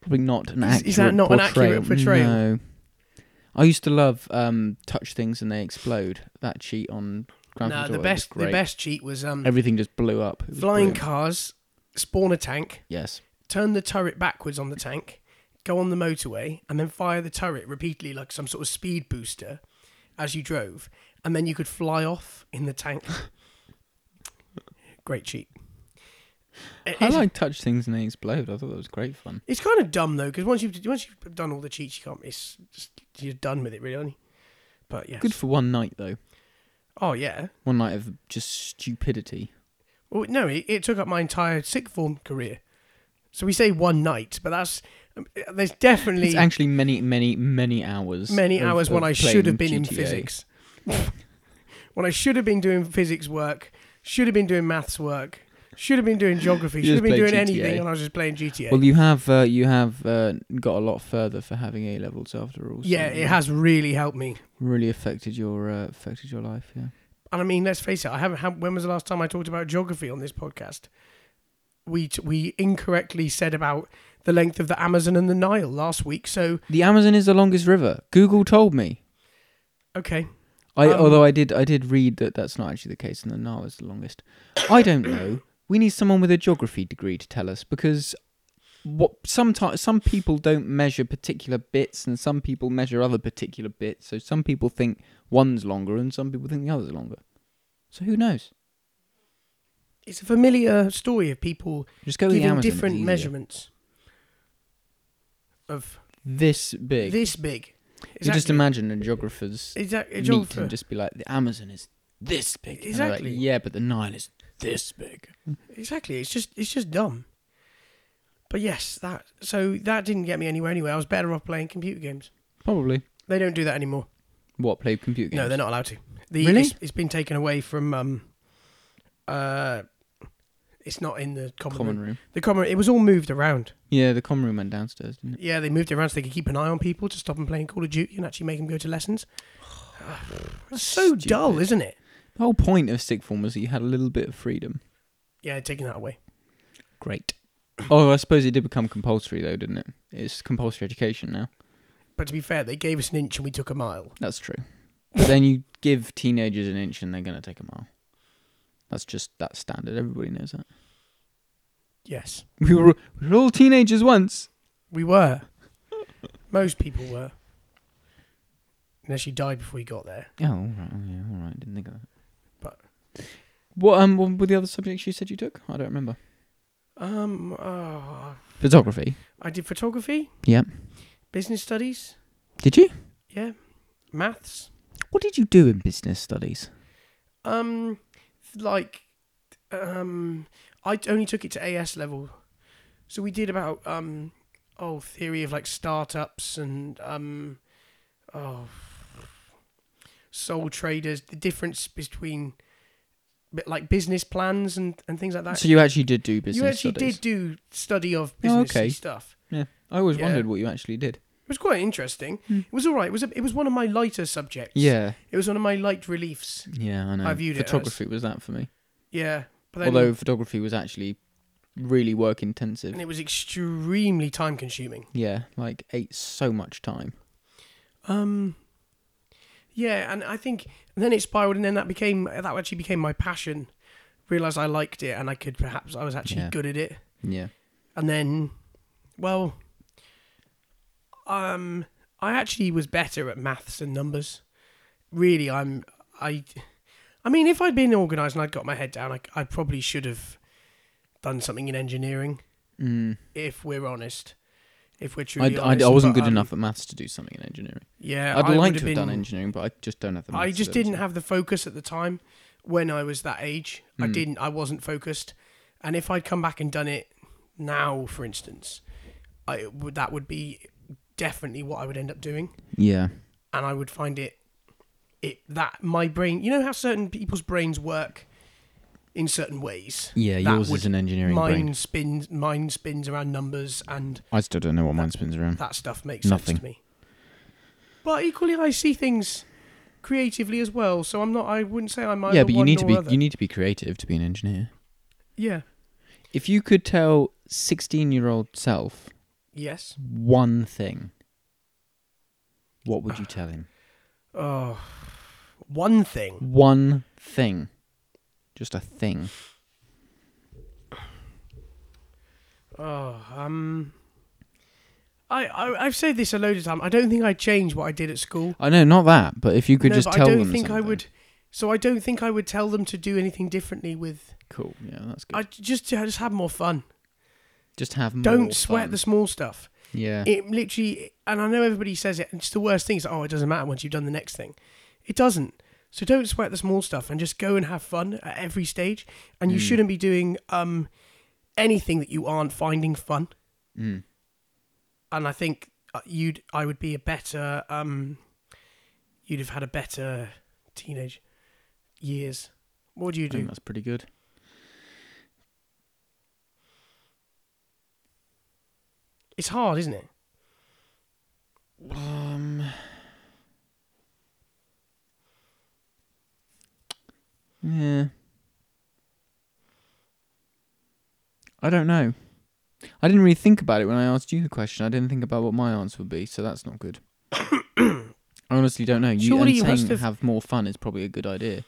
Speaker 2: probably not an
Speaker 1: Is-
Speaker 2: accurate
Speaker 1: is that not an
Speaker 2: portrayal.
Speaker 1: accurate portrayal?
Speaker 2: No. I used to love um, touch things and they explode. That cheat on Grand
Speaker 1: no,
Speaker 2: Theft
Speaker 1: the
Speaker 2: Auto was
Speaker 1: best the
Speaker 2: great.
Speaker 1: best cheat was um
Speaker 2: Everything just blew up. It was
Speaker 1: flying
Speaker 2: brilliant.
Speaker 1: cars, spawn a tank,
Speaker 2: Yes.
Speaker 1: turn the turret backwards on the tank, go on the motorway, and then fire the turret repeatedly like some sort of speed booster as you drove, and then you could fly off in the tank. Great cheat. It-
Speaker 2: I
Speaker 1: it's-
Speaker 2: like touch things and they explode. I thought that was great fun.
Speaker 1: It's kind of dumb though, because once you've once you've done all the cheats, you can't. It's just, you're done with it, really. Aren't you? But yeah.
Speaker 2: Good for one night though.
Speaker 1: Oh yeah.
Speaker 2: One night of just stupidity.
Speaker 1: Well, no, it, it took up my entire sixth form career. So we say one night, but that's um, there's definitely
Speaker 2: It's actually many, many, many hours.
Speaker 1: many
Speaker 2: of-
Speaker 1: hours
Speaker 2: of
Speaker 1: when I
Speaker 2: playing
Speaker 1: should have been in
Speaker 2: GTA.
Speaker 1: physics. <laughs> when I should have been doing physics work, should have been doing maths work, should have been doing geography,
Speaker 2: You
Speaker 1: should have
Speaker 2: just
Speaker 1: been
Speaker 2: played
Speaker 1: doing
Speaker 2: GTA.
Speaker 1: anything, and I was just playing GTA.
Speaker 2: Well, you have uh, you have uh, got a lot further for having A levels after all. so
Speaker 1: yeah, it has really helped me.
Speaker 2: really affected your uh, affected your life. Yeah,
Speaker 1: And I mean, let's face it. I haven't. Had, when was the last time I talked about geography on this podcast? We t- we incorrectly said about the length of the Amazon and the Nile last week. So
Speaker 2: the Amazon is the longest river. Google told me.
Speaker 1: okay,
Speaker 2: I
Speaker 1: Um,
Speaker 2: although I did I did read that that's not actually the case, and the Nile is the longest. I don't know. We need someone with a geography degree to tell us because what sometimes some people don't measure particular bits, and some people measure other particular bits. So some people think one's longer, and some people think the other's longer. So who knows?
Speaker 1: it's a familiar story of people
Speaker 2: Just go with the
Speaker 1: giving
Speaker 2: Amazon. it's
Speaker 1: different
Speaker 2: easier.
Speaker 1: measurements of
Speaker 2: This big.
Speaker 1: this big.
Speaker 2: You just imagine a geographer's
Speaker 1: Exactly.
Speaker 2: meet and just be like, the Amazon is this big. And they're like,
Speaker 1: Exactly.
Speaker 2: yeah, but the Nile is this big.
Speaker 1: Exactly. It's just it's just dumb. But yes, that so that didn't get me anywhere anyway. I was better off playing computer games.
Speaker 2: Probably.
Speaker 1: They don't do that anymore.
Speaker 2: What, play computer games?
Speaker 1: No, they're not allowed to. The,
Speaker 2: Really?
Speaker 1: It's, it's been taken away from. Um, uh, it's not in the common.
Speaker 2: Common
Speaker 1: room.
Speaker 2: room.
Speaker 1: The common. It was all moved around.
Speaker 2: Yeah, the common room went downstairs, didn't it?
Speaker 1: Yeah, they moved it around so they could keep an eye on people to stop them playing Call of Duty and actually make them go to lessons. It's so dull,
Speaker 2: Stupid.
Speaker 1: isn't it?
Speaker 2: The whole point of stick form was that you had a little bit of freedom.
Speaker 1: Yeah, taking that away.
Speaker 2: Great. oh, I suppose it did become compulsory, though, didn't it? It's compulsory education now.
Speaker 1: But to be fair, they gave us an inch and we took a mile.
Speaker 2: That's true. But then you give teenagers an inch and they're going to take a mile. That's just, that's standard. Everybody knows that.
Speaker 1: Yes,
Speaker 2: We were, we were all teenagers once.
Speaker 1: we were. Most people were. Unless you died before you got there.
Speaker 2: Oh, all right. oh, yeah, all right. Didn't think of that.
Speaker 1: But-
Speaker 2: what um, what were the other subjects you said you took? I don't remember.
Speaker 1: Um, oh,
Speaker 2: Photography.
Speaker 1: I did photography,
Speaker 2: Yep.
Speaker 1: business studies,
Speaker 2: Did you?
Speaker 1: yeah, maths.
Speaker 2: What did you do in business studies?
Speaker 1: Um, like, um, I t- only took it to AS level, so we did about um, oh, theory of like startups and um, oh, sole traders, the difference between, but like business plans and and things like that.
Speaker 2: So you actually did do business
Speaker 1: you actually
Speaker 2: studies.
Speaker 1: did do study of
Speaker 2: Oh,
Speaker 1: business
Speaker 2: okay.
Speaker 1: stuff.
Speaker 2: Yeah. I always
Speaker 1: Yeah.
Speaker 2: wondered what you actually did.
Speaker 1: It was quite interesting. It was all right. It was a, it was one of my lighter subjects.
Speaker 2: Hmm. Yeah.
Speaker 1: it was one of my light reliefs.
Speaker 2: Yeah, I know.
Speaker 1: I viewed it as-
Speaker 2: photography was that for me.
Speaker 1: Yeah, but then,
Speaker 2: Although photography was actually really work intensive.
Speaker 1: and it was extremely time consuming.
Speaker 2: Yeah, like ate so much time.
Speaker 1: Um, yeah, and I think and then it spiraled, and then that became that actually became my passion. Realized I liked it, and I could perhaps I was actually
Speaker 2: Yeah.
Speaker 1: good at it.
Speaker 2: Yeah.
Speaker 1: And then, well, um, I actually was better at maths and numbers. Really, I'm I. I mean, if I'd been organised and I'd got my head down, I, I probably should have done something in engineering.
Speaker 2: Mm.
Speaker 1: If we're honest, if we're
Speaker 2: I,
Speaker 1: truly
Speaker 2: I,
Speaker 1: honest,
Speaker 2: I wasn't
Speaker 1: but,
Speaker 2: good
Speaker 1: um,
Speaker 2: enough at maths to do something in engineering.
Speaker 1: Yeah,
Speaker 2: I'd
Speaker 1: I
Speaker 2: like
Speaker 1: would
Speaker 2: to have done
Speaker 1: been-
Speaker 2: engineering, but I just don't have the maths.
Speaker 1: I just
Speaker 2: ability.
Speaker 1: didn't have the focus at the time when I was that age. I
Speaker 2: Mm.
Speaker 1: didn't. I wasn't focused. And if I'd come back and done it now, for instance, I it would. That would be definitely what I would end up doing,
Speaker 2: Yeah.
Speaker 1: and I would find it. It that my brain. You know how certain people's brains work in certain ways.
Speaker 2: Yeah,
Speaker 1: That
Speaker 2: yours
Speaker 1: would-
Speaker 2: is an engineering
Speaker 1: Mine
Speaker 2: brain.
Speaker 1: spins. Mine spins around numbers and
Speaker 2: I still don't know what mine spins around.
Speaker 1: that stuff makes
Speaker 2: Nothing.
Speaker 1: sense to me. But equally, I see things creatively as well, so I'm not. I wouldn't say I'm either
Speaker 2: yeah, but you
Speaker 1: one
Speaker 2: need to
Speaker 1: nor
Speaker 2: be
Speaker 1: other.
Speaker 2: you need to be creative to be an engineer.
Speaker 1: yeah.
Speaker 2: If you could tell sixteen year old self
Speaker 1: Yes.
Speaker 2: one thing, what would you tell him?
Speaker 1: Oh, one thing.
Speaker 2: One thing, just a thing.
Speaker 1: Oh, um. I, I I've said this a load of time. I don't think I'd change what I did at school.
Speaker 2: I know not that, but if you could
Speaker 1: no,
Speaker 2: just
Speaker 1: but
Speaker 2: tell
Speaker 1: I don't
Speaker 2: them
Speaker 1: think I
Speaker 2: something.
Speaker 1: would. So I don't think I would tell them to do anything differently. With
Speaker 2: Cool. Yeah, that's good.
Speaker 1: I just I just have more fun.
Speaker 2: just have more
Speaker 1: Don't sweat
Speaker 2: fun.
Speaker 1: the small stuff.
Speaker 2: Yeah.
Speaker 1: It literally, and I know everybody says it, and it's the worst thing. It's like, oh, it doesn't matter once you've done the next thing. It doesn't. So don't sweat the small stuff and just go and have fun at every stage. And you
Speaker 2: Mm.
Speaker 1: shouldn't be doing um, anything that you aren't finding fun.
Speaker 2: Mm.
Speaker 1: And I think uh, you'd, I would be a better, um, you'd have had a better teenage years. What would you
Speaker 2: I think
Speaker 1: do?
Speaker 2: that's pretty good.
Speaker 1: It's hard, isn't it?
Speaker 2: Um. Yeah. I don't know. I didn't really think about it when I asked you the question. I didn't think about what my answer would be, so that's not good. I honestly don't know. You,
Speaker 1: Surely
Speaker 2: and
Speaker 1: you
Speaker 2: saying
Speaker 1: must have-
Speaker 2: have more fun is probably a good idea.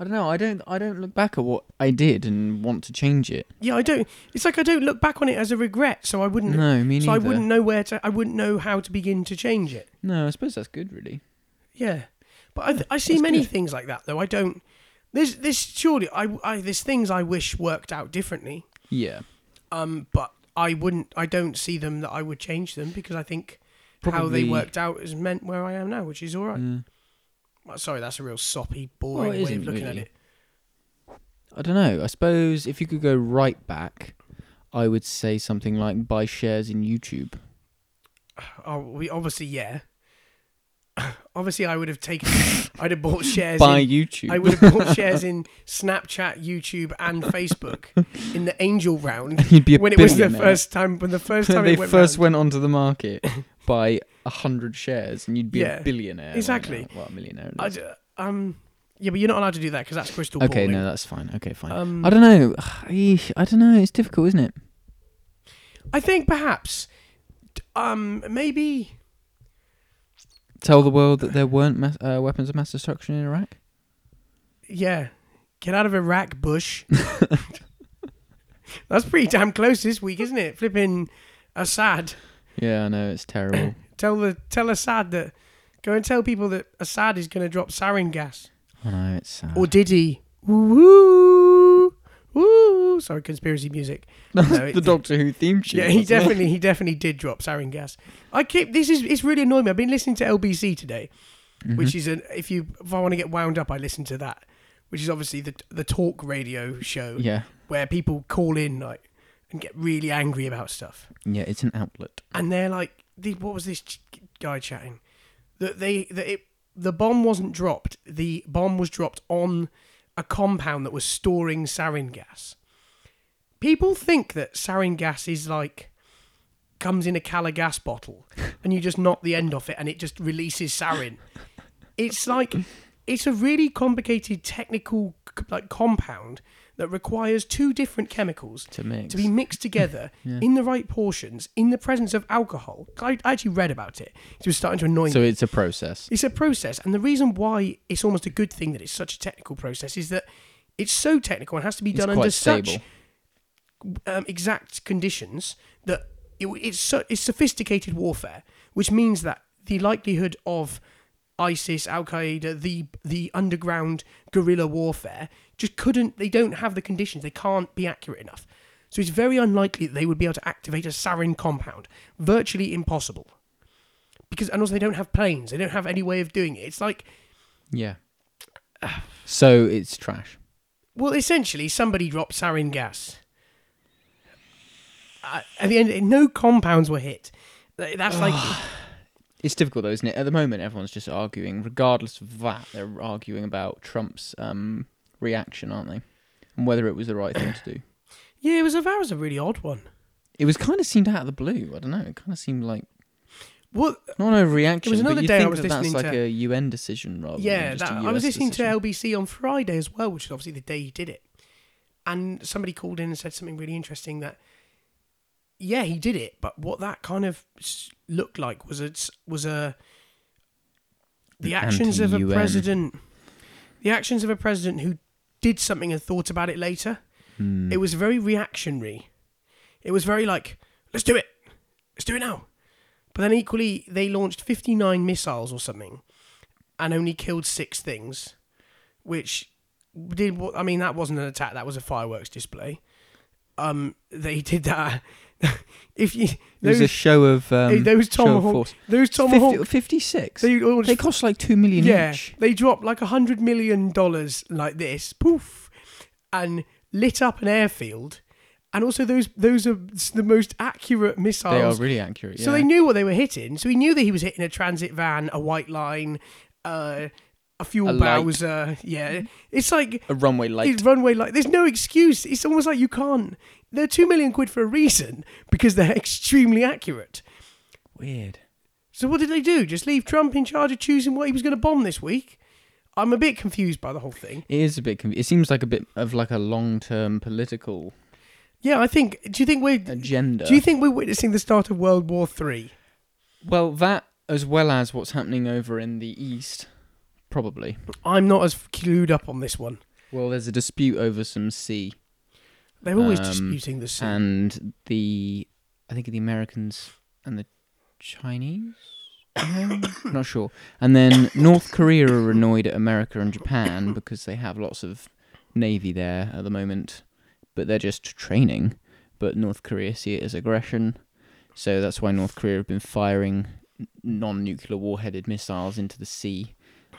Speaker 2: I don't know. I don't. I don't look back at what I did and want to change it.
Speaker 1: Yeah, I don't. It's like I don't look back on it as a regret, so I wouldn't.
Speaker 2: No, me neither.
Speaker 1: so I wouldn't know where to. I wouldn't know how to begin to change it.
Speaker 2: No, I suppose that's good, really.
Speaker 1: Yeah, but I, th- I see
Speaker 2: that's
Speaker 1: many
Speaker 2: good.
Speaker 1: things like that though. I don't. There's this surely I, I there's things I wish worked out differently.
Speaker 2: Yeah.
Speaker 1: Um, but I wouldn't. I don't see them that I would change them because I think how they
Speaker 2: Probably-
Speaker 1: worked out has meant where I am now, which is all right.
Speaker 2: yeah.
Speaker 1: Well, Sorry, that's a real soppy,
Speaker 2: Well, it
Speaker 1: boring way
Speaker 2: isn't
Speaker 1: of looking at
Speaker 2: really.
Speaker 1: it.
Speaker 2: I don't know. I suppose if you could go right back, I would say something like buy shares in YouTube.
Speaker 1: Oh, we obviously yeah. <laughs> obviously, I would have
Speaker 2: <laughs>
Speaker 1: taken. I'd have bought shares.
Speaker 2: buy
Speaker 1: in,
Speaker 2: YouTube. <laughs>
Speaker 1: I would have bought shares in Snapchat, YouTube, and Facebook in the angel round
Speaker 2: You'd be a
Speaker 1: when it was the
Speaker 2: billionaire.
Speaker 1: first time. When the first time
Speaker 2: when they
Speaker 1: it went
Speaker 2: first
Speaker 1: round.
Speaker 2: went onto
Speaker 1: <laughs>
Speaker 2: the market, buy a hundred shares, and you'd be
Speaker 1: Yeah,
Speaker 2: a billionaire. by
Speaker 1: exactly.
Speaker 2: now. Well, a millionaire. it
Speaker 1: I
Speaker 2: is.
Speaker 1: d- um, yeah, but you're not allowed to do that because that's crystal
Speaker 2: Okay,
Speaker 1: balling.
Speaker 2: no, that's fine. Okay, fine.
Speaker 1: Um,
Speaker 2: I don't know. <sighs> Eesh, I don't know. It's difficult, isn't it?
Speaker 1: I think perhaps, d- um, maybe
Speaker 2: Tell the world that there weren't mass, uh, weapons of mass destruction in Iraq. <laughs>
Speaker 1: yeah, get out of Iraq, Bush. That's pretty damn close this week, isn't it? Flipping Assad.
Speaker 2: Yeah, I know
Speaker 1: <clears throat>
Speaker 2: it's terrible.
Speaker 1: Tell the tell Assad that. Go and tell people that Assad is going to drop sarin gas.
Speaker 2: I know it's sad. <laughs>
Speaker 1: Or did he? Woo! Woo! Sorry, conspiracy
Speaker 2: <laughs>
Speaker 1: music.
Speaker 2: That's
Speaker 1: No, it-
Speaker 2: the Doctor Who theme tune.
Speaker 1: Yeah, he
Speaker 2: wasn't it?
Speaker 1: definitely he definitely did drop sarin gas. I keep this is it's really annoying me. I've been listening to LBC today,
Speaker 2: Mm-hmm.
Speaker 1: which is an if you if I want to get wound up, I listen to that, which is obviously the the talk radio show
Speaker 2: <laughs> Yeah,
Speaker 1: where people call in like and get really angry about stuff,
Speaker 2: yeah, it's an outlet.
Speaker 1: and they're like, the, what was this ch- guy chatting? That they that it the bomb wasn't dropped. The bomb was dropped on a compound that was storing sarin gas. People think that sarin gas is like comes in a Cala gas bottle and you just knock the end off it and it just releases sarin. It's like it's a really complicated technical c- like compound that requires two different chemicals
Speaker 2: To mix.
Speaker 1: to be mixed together in the right portions in the presence of alcohol. I I actually read about it. It was starting to annoy me.
Speaker 2: So it's a process.
Speaker 1: It's a process, and the reason why it's almost a good thing that it's such a technical process is that it's so technical and has to be done
Speaker 2: quite
Speaker 1: under such
Speaker 2: stable.
Speaker 1: um, exact conditions that it, it's so, it's sophisticated warfare, which means that the likelihood of ISIS, Al Qaeda, the the underground guerrilla warfare just couldn't. They don't have the conditions. They can't be accurate enough. So it's very unlikely that they would be able to activate a sarin compound. Virtually impossible because and also they don't have planes. They don't have any way of doing it. It's like
Speaker 2: Yeah. So it's trash.
Speaker 1: well, essentially somebody dropped sarin gas. Uh, at the end, of it, no compounds were hit. Th- That's like
Speaker 2: It's difficult though, isn't it? At the moment, everyone's just arguing. Regardless of that, they're arguing about Trump's um, reaction, aren't they? And whether it was the right thing to do.
Speaker 1: yeah, it was a that was a really odd one.
Speaker 2: It was kind of seemed out of the blue. I don't know. It kind of seemed like
Speaker 1: Well,
Speaker 2: not a reaction.
Speaker 1: There was another
Speaker 2: but you
Speaker 1: day I
Speaker 2: think
Speaker 1: was
Speaker 2: that
Speaker 1: listening
Speaker 2: that's like
Speaker 1: to-
Speaker 2: a UN decision rather
Speaker 1: yeah,
Speaker 2: than just
Speaker 1: that,
Speaker 2: a
Speaker 1: I
Speaker 2: US
Speaker 1: was listening to
Speaker 2: decision.
Speaker 1: LBC on Friday as well, which is obviously the day he did it. And somebody called in and said something really interesting that yeah, he did it, but what that kind of s- looked like was a was a the actions of a
Speaker 2: anti-UN.
Speaker 1: president, the actions of a president who did something and thought about it later.
Speaker 2: Hmm.
Speaker 1: It was very reactionary. It was very like, let's do it, let's do it now. But then equally, they launched fifty nine missiles or something, and only killed six things, which did. what I mean, that wasn't an attack. That was a fireworks display. Um, they <laughs> did that. if you
Speaker 2: It was a
Speaker 1: those,
Speaker 2: show of um,
Speaker 1: those
Speaker 2: show of
Speaker 1: tomahawk,
Speaker 2: force.
Speaker 1: those
Speaker 2: 50
Speaker 1: tomahawk,
Speaker 2: 56.
Speaker 1: they launched
Speaker 2: They cost like two million
Speaker 1: yeah,
Speaker 2: each.
Speaker 1: they dropped like a hundred million dollars like this, poof, and lit up an airfield. And also, those those are s- the most accurate missiles.
Speaker 2: They are really accurate.
Speaker 1: Oh, So
Speaker 2: yeah.
Speaker 1: they knew what they were hitting. So he knew that he was hitting a transit van, a white line, uh, a fuel
Speaker 2: A light.
Speaker 1: bowser. Yeah, it's like
Speaker 2: a runway light.
Speaker 1: it's runway like there's no excuse. It's almost like you can't. They're two million quid for a reason <laughs> because they're extremely accurate.
Speaker 2: Weird.
Speaker 1: So what did they do? Just leave Trump in charge of choosing what he was going to bomb this week? I'm a bit confused by the whole thing.
Speaker 2: It is a bit. Conv- it seems like a bit of like a long-term political
Speaker 1: Yeah, I think. Do you think we're?
Speaker 2: agenda.
Speaker 1: Do you think we're witnessing the start of World War Three?
Speaker 2: well, that as well as what's happening over in the east, probably.
Speaker 1: I'm not as clued up on this one.
Speaker 2: Well, there's a dispute over some sea,
Speaker 1: They're always
Speaker 2: Um,
Speaker 1: disputing the sea.
Speaker 2: and the I think the Americans and the
Speaker 1: <coughs>
Speaker 2: Chinese. Um, not sure. And then North Korea are annoyed at America and Japan because they have lots of navy there at the moment, but they're just training. But North Korea see it as aggression, so that's why North Korea have been firing n- non-nuclear warheaded missiles into the sea.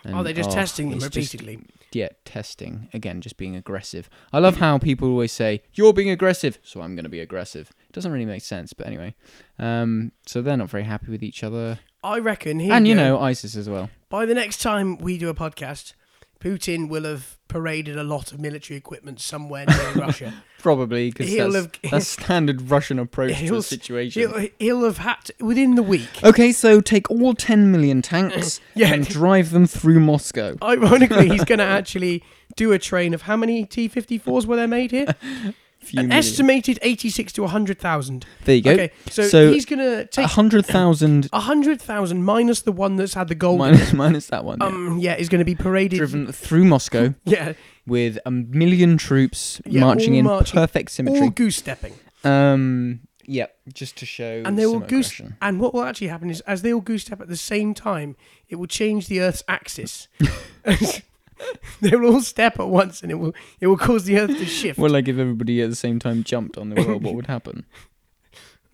Speaker 2: And,
Speaker 1: oh, they're just testing them
Speaker 2: it's just-
Speaker 1: repeatedly.
Speaker 2: yeah, testing again, just being aggressive. I love how people always say you're being aggressive, so I'm going to be aggressive. It doesn't really make sense, but anyway. Um, so they're not very happy with each other,
Speaker 1: I reckon. Here
Speaker 2: and you
Speaker 1: go.
Speaker 2: know ISIS as well.
Speaker 1: by the next time we do a podcast, Putin will have paraded a lot of military equipment somewhere
Speaker 2: <laughs>
Speaker 1: near Russia.
Speaker 2: Probably because
Speaker 1: He'll
Speaker 2: that's,
Speaker 1: have-
Speaker 2: that's standard Russian approach to
Speaker 1: He'll-
Speaker 2: the situation.
Speaker 1: <laughs> He'll, he'll have had to, within the week.
Speaker 2: Okay, so take all 10 million tanks
Speaker 1: <laughs> Yeah.
Speaker 2: and drive them through Moscow. <laughs> <laughs>
Speaker 1: Ironically, he's going to actually do a train of how many T 54s were there made here?
Speaker 2: few million.
Speaker 1: Estimated 86 to 100,000.
Speaker 2: There you go.
Speaker 1: Okay, so,
Speaker 2: So, uh,
Speaker 1: he's going to
Speaker 2: A
Speaker 1: take
Speaker 2: hundred thousand
Speaker 1: 100,000 minus the one that's had the gold.
Speaker 2: minus, <laughs> minus that one. yeah.
Speaker 1: um, yeah, is going to be paraded.
Speaker 2: Driven through Moscow
Speaker 1: Yeah,
Speaker 2: with a million troops
Speaker 1: Yeah,
Speaker 2: marching
Speaker 1: all
Speaker 2: in
Speaker 1: marching,
Speaker 2: perfect
Speaker 1: all
Speaker 2: symmetry.
Speaker 1: goose stepping.
Speaker 2: um, yep, just to show.
Speaker 1: And they will
Speaker 2: some
Speaker 1: goose-
Speaker 2: aggression.
Speaker 1: And what will actually happen is, as they all goose step at the same time, it will change the Earth's
Speaker 2: <laughs>
Speaker 1: axis. they will all step at once, and it will it will cause the Earth to shift.
Speaker 2: Well, like if everybody at the same time jumped on the world, what
Speaker 1: <laughs>
Speaker 2: would happen?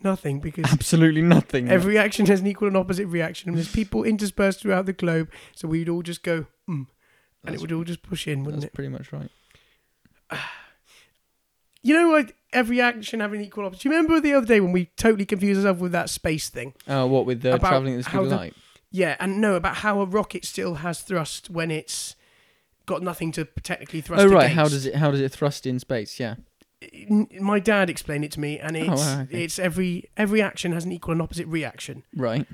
Speaker 1: Nothing, because
Speaker 2: Absolutely nothing.
Speaker 1: every action has an equal and opposite reaction, and there's people interspersed throughout the globe, so we'd all just go, mm, and
Speaker 2: That's-
Speaker 1: it would all just push in, wouldn't
Speaker 2: That's
Speaker 1: it?
Speaker 2: pretty much right.
Speaker 1: You know, like every action having an equal opposite. Do you remember the other day when we totally confused ourselves with that space thing?
Speaker 2: Uh, what with the
Speaker 1: About
Speaker 2: traveling at the speed
Speaker 1: how
Speaker 2: of
Speaker 1: the-
Speaker 2: light?
Speaker 1: Yeah, and no, about how a rocket still has thrust when it's got nothing to technically thrust.
Speaker 2: Oh right, how
Speaker 1: against.
Speaker 2: does it how does it thrust in space? Yeah.
Speaker 1: N- my dad explained it to me, and it's
Speaker 2: Oh, wow, okay.
Speaker 1: it's every every action has an equal and opposite reaction.
Speaker 2: Right.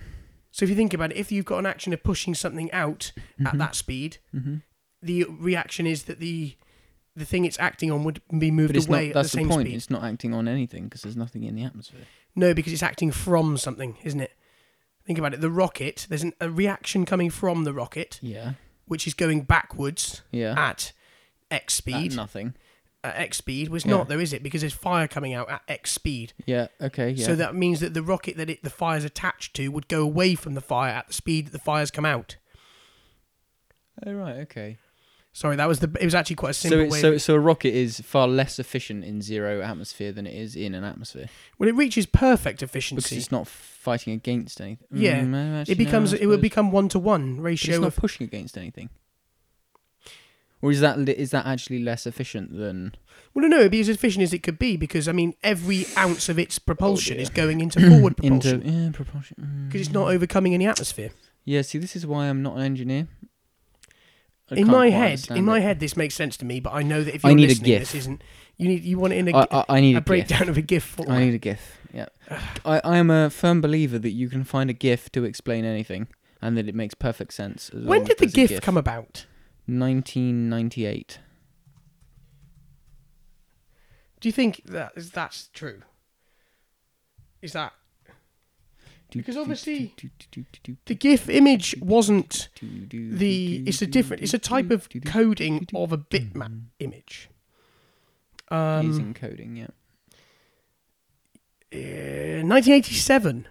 Speaker 1: So if you think about it, if you've got an action of pushing something out at that speed,
Speaker 2: Mm-hmm.
Speaker 1: the reaction is that the the thing it's acting on would be moved
Speaker 2: But it's
Speaker 1: away
Speaker 2: not.
Speaker 1: at the
Speaker 2: That's the,
Speaker 1: same
Speaker 2: point.
Speaker 1: speed.
Speaker 2: It's not acting on anything because there's nothing in the atmosphere.
Speaker 1: No, because it's acting from something, isn't it? Think about it. The rocket, there's an, a reaction coming from the rocket,
Speaker 2: Yeah.
Speaker 1: which is going backwards
Speaker 2: Yeah.
Speaker 1: at X
Speaker 2: Uh-huh. At
Speaker 1: speed.
Speaker 2: nothing.
Speaker 1: at X speed. Well, it's
Speaker 2: Yeah.
Speaker 1: not though, is it? Because there's fire coming out at X speed.
Speaker 2: Yeah. Okay. Yeah.
Speaker 1: So that means that the rocket that it, the fire's attached to would go away from the fire at the speed that the fire's come out.
Speaker 2: oh right. Okay.
Speaker 1: Sorry, that was the. It was actually quite a
Speaker 2: So
Speaker 1: simple
Speaker 2: it,
Speaker 1: way.
Speaker 2: so so a rocket is far less efficient in zero atmosphere than it is in an atmosphere
Speaker 1: well, it reaches perfect
Speaker 2: because
Speaker 1: efficiency.
Speaker 2: it's not fighting against anything.
Speaker 1: Yeah.
Speaker 2: Mm, no, actually,
Speaker 1: It
Speaker 2: no,
Speaker 1: becomes.
Speaker 2: I
Speaker 1: it will
Speaker 2: suppose.
Speaker 1: become one to one
Speaker 2: But it's
Speaker 1: ratio
Speaker 2: not
Speaker 1: of.
Speaker 2: pushing against anything. Or is that li- is that actually less efficient than?
Speaker 1: Well, no, no, it'd be as efficient as it could be because I mean, every ounce of its propulsion
Speaker 2: dear.
Speaker 1: is going
Speaker 2: <clears throat>
Speaker 1: into forward propulsion
Speaker 2: Oh, Into yeah, propulsion. Mm.
Speaker 1: because it's not overcoming any atmosphere.
Speaker 2: Yeah, see, this is why I'm not an engineer. I
Speaker 1: in
Speaker 2: can't
Speaker 1: my
Speaker 2: quite
Speaker 1: head,
Speaker 2: understand
Speaker 1: in my
Speaker 2: it.
Speaker 1: head, this makes sense to me, but I know that if
Speaker 2: I
Speaker 1: you're
Speaker 2: need a
Speaker 1: listening,
Speaker 2: gif.
Speaker 1: this isn't. You need. You want it in a,
Speaker 2: I, I, I need
Speaker 1: a
Speaker 2: a, GIF.
Speaker 1: breakdown of a GIF format.
Speaker 2: I need a GIF.
Speaker 1: <sighs>
Speaker 2: Yeah, I, I am a firm believer that you can find a GIF to explain anything, and that it makes perfect sense. As
Speaker 1: When did the
Speaker 2: GIF,
Speaker 1: GIF, come about?
Speaker 2: 1998.
Speaker 1: Do you think that is that's true? Is that Because obviously the GIF image wasn't the? It's a different. It's a type of coding of a bitmap image. Um,
Speaker 2: using coding. Yeah,
Speaker 1: uh, 1987.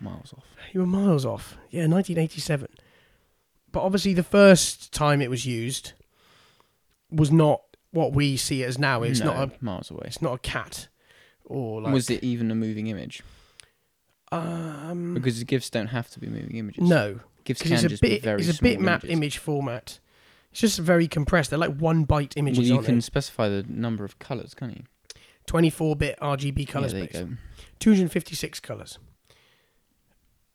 Speaker 2: miles off.
Speaker 1: You were miles off. Yeah, 1987. But obviously, the first time it was used was not what we see it as now. It's
Speaker 2: No,
Speaker 1: not a.
Speaker 2: miles away.
Speaker 1: It's not a cat, or like
Speaker 2: Was it even a moving image?
Speaker 1: um.
Speaker 2: Because GIFs don't have to be moving images.
Speaker 1: no, because
Speaker 2: GIFs can
Speaker 1: it's a
Speaker 2: just be
Speaker 1: bit
Speaker 2: very
Speaker 1: it's a
Speaker 2: small
Speaker 1: bitmap
Speaker 2: images.
Speaker 1: image format. It's just very compressed. They're like one byte images.
Speaker 2: well, you
Speaker 1: aren't
Speaker 2: can
Speaker 1: they?
Speaker 2: specify the number of colors, can't you?
Speaker 1: 24 bit RGB color
Speaker 2: yeah, there you
Speaker 1: space.
Speaker 2: go.
Speaker 1: 256 colors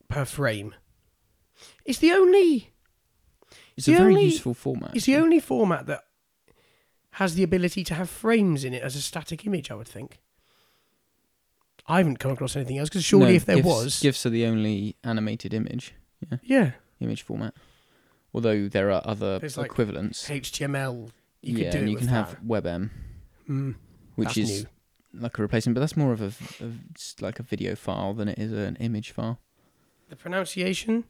Speaker 1: per frame. It's the only
Speaker 2: It's
Speaker 1: The
Speaker 2: a very
Speaker 1: only-
Speaker 2: useful format.
Speaker 1: it's the
Speaker 2: actually.
Speaker 1: only format that has the ability to have frames in it as a static image. I would think. I haven't come across anything else because surely
Speaker 2: No,
Speaker 1: if there
Speaker 2: GIFs,
Speaker 1: was,
Speaker 2: GIFs are the only animated image
Speaker 1: yeah,
Speaker 2: image format. Although there are other
Speaker 1: There's like-
Speaker 2: equivalents.
Speaker 1: HTML, you
Speaker 2: yeah,
Speaker 1: could do
Speaker 2: and
Speaker 1: it
Speaker 2: you
Speaker 1: with
Speaker 2: can
Speaker 1: that.
Speaker 2: have WebM,
Speaker 1: Mm,
Speaker 2: which
Speaker 1: that's
Speaker 2: is like a replacement, but that's more of a, of s- like a video file than it is an image file.
Speaker 1: The pronunciation.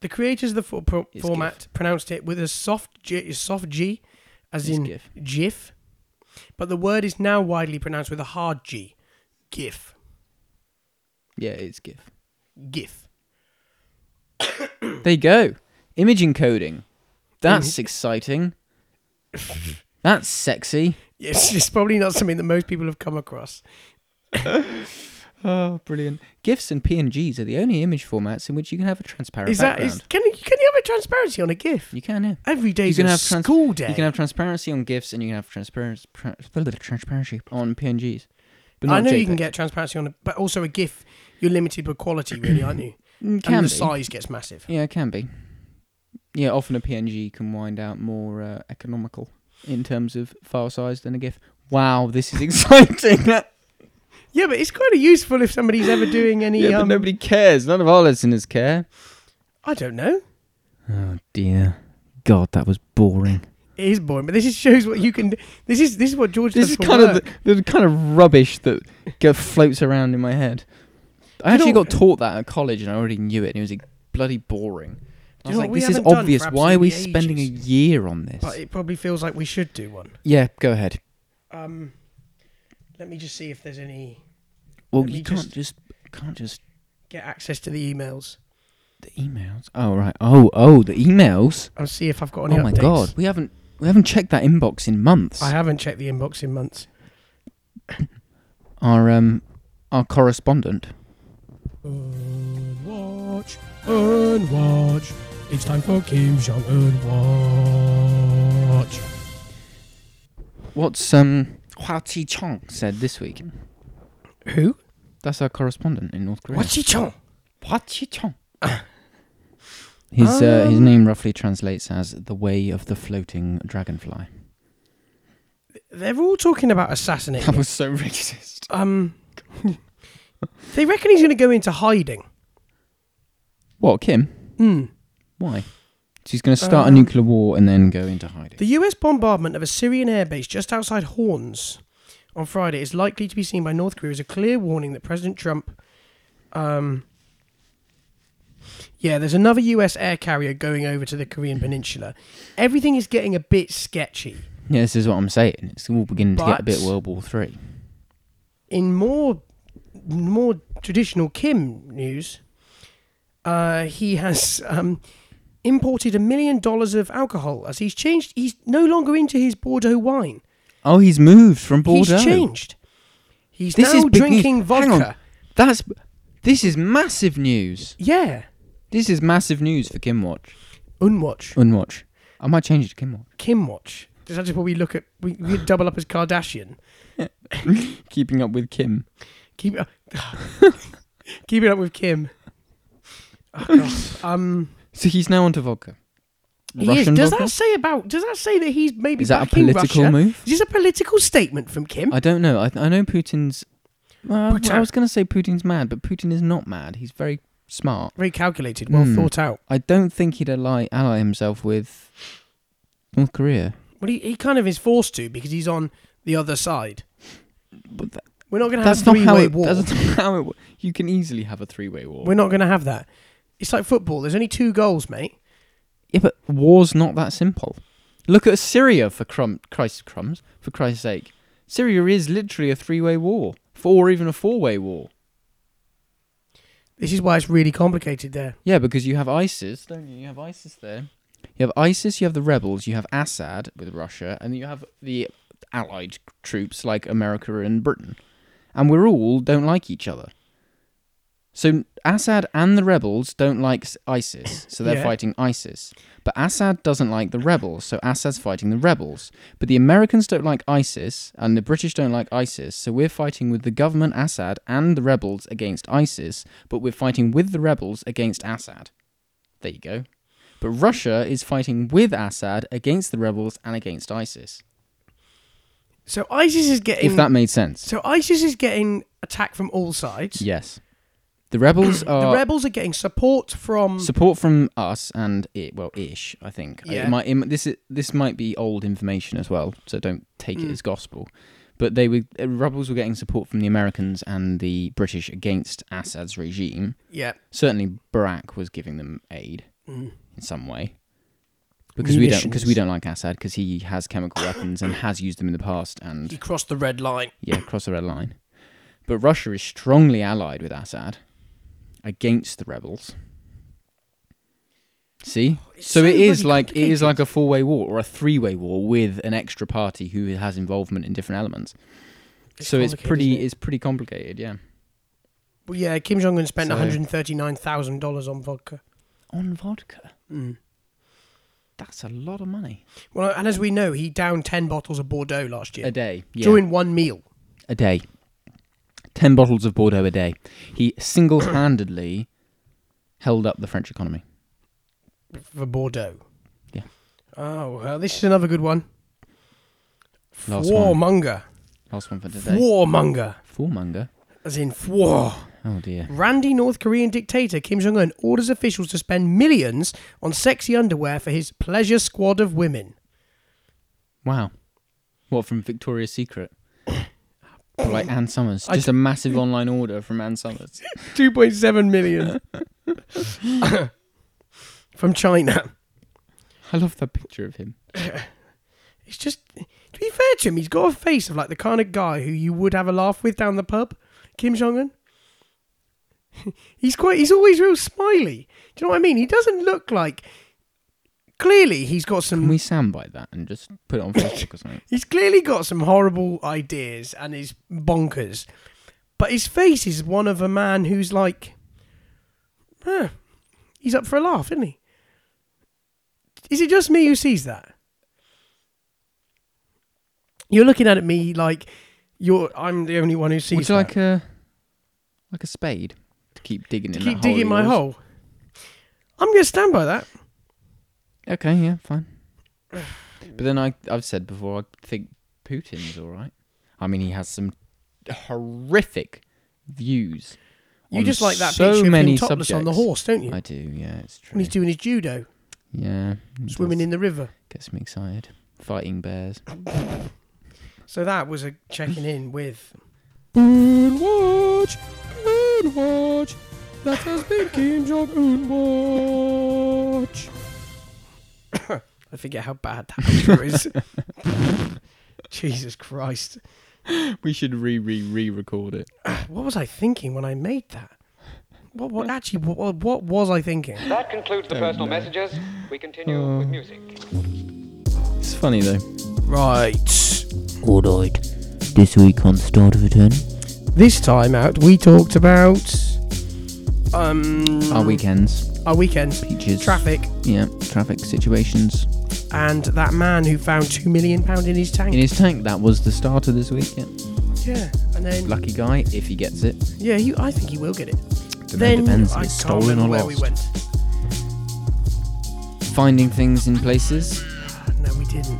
Speaker 1: The creators of the for- pro-
Speaker 2: It's
Speaker 1: format pronounced it with a soft G, a soft G as
Speaker 2: It's
Speaker 1: in
Speaker 2: GIF.
Speaker 1: GIF, but the word is now widely pronounced with a hard G. GIF.
Speaker 2: Yeah, it's GIF.
Speaker 1: GIF.
Speaker 2: There you go. Image encoding.
Speaker 1: <laughs>
Speaker 2: That's exciting. That's sexy.
Speaker 1: Yes, <laughs> it's probably not something that most people have come across.
Speaker 2: Oh, brilliant. GIFs and PNGs are the only image formats in which you can have a transparent
Speaker 1: Is that
Speaker 2: background.
Speaker 1: is can you can you have a transparency on a GIF?
Speaker 2: You can, yeah.
Speaker 1: Every day's
Speaker 2: can
Speaker 1: a
Speaker 2: have trans-
Speaker 1: school day.
Speaker 2: You can have transparency on GIFs and you can have transparency, tra- <laughs> transparency on PNGs. But not
Speaker 1: I know you can
Speaker 2: JPEG.
Speaker 1: get transparency on, a, but also a GIF, you're limited by quality, really, aren't you?
Speaker 2: Mm,
Speaker 1: and
Speaker 2: Can
Speaker 1: the
Speaker 2: be.
Speaker 1: size gets massive.
Speaker 2: Yeah, it can be. Yeah, often a PNG can wind out more uh, economical in terms of file size than a GIF. Wow, this is <laughs> exciting. yeah,
Speaker 1: Yeah, but it's kind of useful if somebodydy's ever doing any.
Speaker 2: but
Speaker 1: um,
Speaker 2: nobody cares. None of our listeners care.
Speaker 1: I don't know.
Speaker 2: Oh, dear. God, that was boring.
Speaker 1: it is boring, but this is shows what you can. do. This is this is what George
Speaker 2: This
Speaker 1: does
Speaker 2: is
Speaker 1: for
Speaker 2: kind
Speaker 1: work.
Speaker 2: of the, the kind of rubbish that go, floats around in my head. I
Speaker 1: You
Speaker 2: actually
Speaker 1: know-
Speaker 2: got taught that at college, and I already knew it. and It was like, bloody boring. I
Speaker 1: Do you
Speaker 2: was
Speaker 1: know
Speaker 2: like,
Speaker 1: what we
Speaker 2: this is
Speaker 1: haven't done
Speaker 2: obvious.
Speaker 1: for
Speaker 2: Why are we
Speaker 1: absolutely
Speaker 2: spending a
Speaker 1: ages?
Speaker 2: year on this?
Speaker 1: but it probably feels like we should do one.
Speaker 2: yeah, go ahead.
Speaker 1: Um, let me just see if there's any
Speaker 2: Well,
Speaker 1: Let me
Speaker 2: you can't
Speaker 1: just-
Speaker 2: just can't just
Speaker 1: get access to the emails.
Speaker 2: the emails. Oh right. Oh oh, the emails.
Speaker 1: I'll see if I've got any.
Speaker 2: Oh my
Speaker 1: updates.
Speaker 2: god, we haven't we haven't checked that inbox in months.
Speaker 1: I haven't checked the inbox in months.
Speaker 2: Our um our correspondent.
Speaker 1: Watch, earn watch. It's time for Kim Jong Un watch.
Speaker 2: What's um Hua Chi Chong said this week?
Speaker 1: Who?
Speaker 2: That's our correspondent in North Korea.
Speaker 1: What's he chong?
Speaker 2: Hua Chi Chong. <coughs> His uh, his
Speaker 1: Um.
Speaker 2: name roughly translates as the way of the floating dragonfly.
Speaker 1: They're all talking about assassinating.
Speaker 2: <laughs> That
Speaker 1: him.
Speaker 2: was so racist.
Speaker 1: Um, they reckon he's going to go into hiding.
Speaker 2: What Kim?
Speaker 1: Hmm.
Speaker 2: Why? So he's going to start a nuclear war and then go into hiding.
Speaker 1: The US bombardment of a Syrian airbase just outside Horns on Friday is likely to be seen by North Korea as a clear warning that President Trump. Um, yeah, there's another US air carrier going over to the Korean Peninsula. Everything is getting a bit sketchy.
Speaker 2: yeah, this is what I'm saying. It's all beginning to get a
Speaker 1: But-
Speaker 2: bit World War Three.
Speaker 1: In more more traditional Kim news, uh, he has um, imported a million dollars of alcohol as he's changed. He's no longer into his Bordeaux wine.
Speaker 2: Oh, he's moved from Bordeaux.
Speaker 1: He's changed. He's
Speaker 2: This
Speaker 1: now
Speaker 2: is big
Speaker 1: drinking
Speaker 2: news.
Speaker 1: vodka.
Speaker 2: Hang on. That's this is massive news.
Speaker 1: Yeah.
Speaker 2: This is massive news for Kim Watch.
Speaker 1: Unwatch.
Speaker 2: Unwatch. I might change it to Kim Watch.
Speaker 1: Kim Watch. Is that just what we look at? We, we double up as Kardashian.
Speaker 2: Keeping up with Kim.
Speaker 1: Keep <laughs> it up. Keep it up with Kim. Oh, God. Um,
Speaker 2: So he's now onto vodka.
Speaker 1: he is. Does that say about? Does that say that he's maybe
Speaker 2: Is that a
Speaker 1: backing
Speaker 2: political
Speaker 1: Russia?
Speaker 2: move?
Speaker 1: Is this a political statement from Kim?
Speaker 2: I don't know. I, I know Putin's. Well,
Speaker 1: Putin.
Speaker 2: I was going to say Putin's mad, but Putin is not mad. He's very smart.
Speaker 1: Very calculated, well
Speaker 2: Hmm.
Speaker 1: thought out.
Speaker 2: I don't think he'd ally, ally himself with North Korea.
Speaker 1: Well, he, he kind of is forced to because he's on the other side.
Speaker 2: But tha-
Speaker 1: We're not going to have
Speaker 2: that's
Speaker 1: a
Speaker 2: not how
Speaker 1: three-way
Speaker 2: it.
Speaker 1: war.
Speaker 2: That's not how it. wo- You can easily have a three-way war.
Speaker 1: We're not going to have that. It's like football. There's only two goals, mate.
Speaker 2: Yeah, but war's not that simple. Look at Syria for crumb, Christ crumbs, for Christ's sake. Syria is literally a three-way war, four or even a four-way war.
Speaker 1: This is why it's really complicated there.
Speaker 2: Yeah, because you have ISIS, don't you? You have ISIS there. You have ISIS, you have the rebels, you have Assad with Russia, and you have the allied troops like America and Britain. And we're all don't like each other. So Assad and the rebels don't like s- ISIS, so they're
Speaker 1: Yeah.
Speaker 2: fighting ISIS. But Assad doesn't like the rebels, so Assad's fighting the rebels. But the Americans don't like ISIS, and the British don't like ISIS, so we're fighting with the government Assad and the rebels against ISIS, but we're fighting with the rebels against Assad. There you go. But Russia is fighting with Assad against the rebels and against ISIS.
Speaker 1: So ISIS is getting
Speaker 2: If that made sense.
Speaker 1: So ISIS is getting attacked from all sides.
Speaker 2: Yes. The rebels
Speaker 1: <clears throat> The
Speaker 2: are
Speaker 1: rebels are getting support from
Speaker 2: support from us and it well ish i think
Speaker 1: Yeah.
Speaker 2: it might, it, this is, this might be old information as well so don't take
Speaker 1: Mm.
Speaker 2: it as gospel but they were uh, rebels were getting support from the americans and the british against assad's regime
Speaker 1: yeah
Speaker 2: certainly barack was giving them aid
Speaker 1: Mm.
Speaker 2: in some way because we don't because we
Speaker 1: Munitions.
Speaker 2: don't like assad because he has chemical weapons and has used them in the past and
Speaker 1: you cross the red line.
Speaker 2: yeah cross the red line but russia is strongly allied with assad against the rebels see
Speaker 1: It's
Speaker 2: so,
Speaker 1: so
Speaker 2: it is
Speaker 1: bloody
Speaker 2: like it is
Speaker 1: complicated.
Speaker 2: like a four-way war or a three-way war with an extra party who has involvement in different elements. so it's
Speaker 1: complicated,
Speaker 2: pretty
Speaker 1: isn't it?
Speaker 2: it's pretty complicated, yeah.
Speaker 1: Well, yeah, Kim Jong Un spent
Speaker 2: So-
Speaker 1: one hundred thirty nine thousand dollars on vodka.
Speaker 2: On vodka,
Speaker 1: Mm.
Speaker 2: that's a lot of money
Speaker 1: Well, and as we know, he downed ten bottles of Bordeaux last year
Speaker 2: a day. Uh, Yeah,
Speaker 1: during one meal.
Speaker 2: a day. Ten bottles of Bordeaux a day. He single-handedly held up the French economy.
Speaker 1: for Bordeaux.
Speaker 2: Yeah.
Speaker 1: Oh, well, this is another good one.
Speaker 2: Last
Speaker 1: Warmonger.
Speaker 2: Last one for today.
Speaker 1: Warmonger.
Speaker 2: Foremonger.
Speaker 1: As in, war.
Speaker 2: Oh dear.
Speaker 1: Randy North Korean dictator Kim Jong un orders officials to spend millions on sexy underwear for his pleasure squad of women. <laughs>
Speaker 2: Wow. What from Victoria's
Speaker 1: <coughs>
Speaker 2: Secret? Or like Ann Summers.
Speaker 1: I
Speaker 2: Just a massive online order from Ann Summers.
Speaker 1: 2.7
Speaker 2: <laughs>
Speaker 1: million. From China.
Speaker 2: I love that picture of him.
Speaker 1: It's just, to be fair to him, he's got a face of like the kind of guy who you would have a laugh with down the pub. Kim Jong un. <laughs> he's quite, he's always real smiley. Do you know what I mean? He doesn't look like. Clearly, he's got some.
Speaker 2: Can we soundbite that and just put it on Facebook
Speaker 1: <coughs>
Speaker 2: or something?
Speaker 1: He's clearly got some horrible ideas and is bonkers, but his face is one of a man who's like, huh, he's up for a laugh, isn't he? Is it just me who sees that? You're looking at me like you're. I'm the only one who sees.
Speaker 2: Would you
Speaker 1: that.
Speaker 2: like a like a spade to keep digging
Speaker 1: to
Speaker 2: in?
Speaker 1: keep
Speaker 2: that hole of
Speaker 1: digging my
Speaker 2: yours?
Speaker 1: hole? I'm going to stand by that.
Speaker 2: Okay, yeah,
Speaker 1: <sighs>
Speaker 2: fine. But then I, I've said before, I think Putin's all right. I mean, he has some horrific views.
Speaker 1: You
Speaker 2: on
Speaker 1: just like that
Speaker 2: so
Speaker 1: picture
Speaker 2: many
Speaker 1: of him topless
Speaker 2: subjects.
Speaker 1: on the horse, don't you?
Speaker 2: I do, yeah, it's true.
Speaker 1: When he's doing his judo,
Speaker 2: yeah, it
Speaker 1: swimming
Speaker 2: does.
Speaker 1: in the river.
Speaker 2: gets me excited. Fighting bears.
Speaker 1: So that was a checking in with.
Speaker 2: Moonwatch, Moonwatch, that has been Kim Jong Un Watch.
Speaker 1: I forget how bad that outro is. Jesus Christ.
Speaker 2: We should re re re record it.
Speaker 1: What was I thinking when I made that? What, what actually, what, what was I thinking?
Speaker 3: That concludes the personal messages. We continue
Speaker 1: Uh,
Speaker 3: with music.
Speaker 2: It's funny though.
Speaker 1: Right.
Speaker 4: Alright, this week on Start of Return,
Speaker 1: This time out, we talked about. Um,
Speaker 2: Our weekends,
Speaker 1: our weekends,
Speaker 2: peaches,
Speaker 1: traffic,
Speaker 2: yeah, traffic situations.
Speaker 1: and that man who found two million pound in his tank.
Speaker 2: In his tank, that was the starter this week. Yeah.
Speaker 1: yeah, and then
Speaker 2: Lucky guy, if he gets it.
Speaker 1: yeah, you, I think he will get it.
Speaker 2: Don't know,
Speaker 1: then
Speaker 2: depends if
Speaker 1: I
Speaker 2: it's
Speaker 1: can't
Speaker 2: stolen or
Speaker 1: remember
Speaker 2: lost.
Speaker 1: where we went.
Speaker 2: Finding things in places,
Speaker 1: No, we didn't.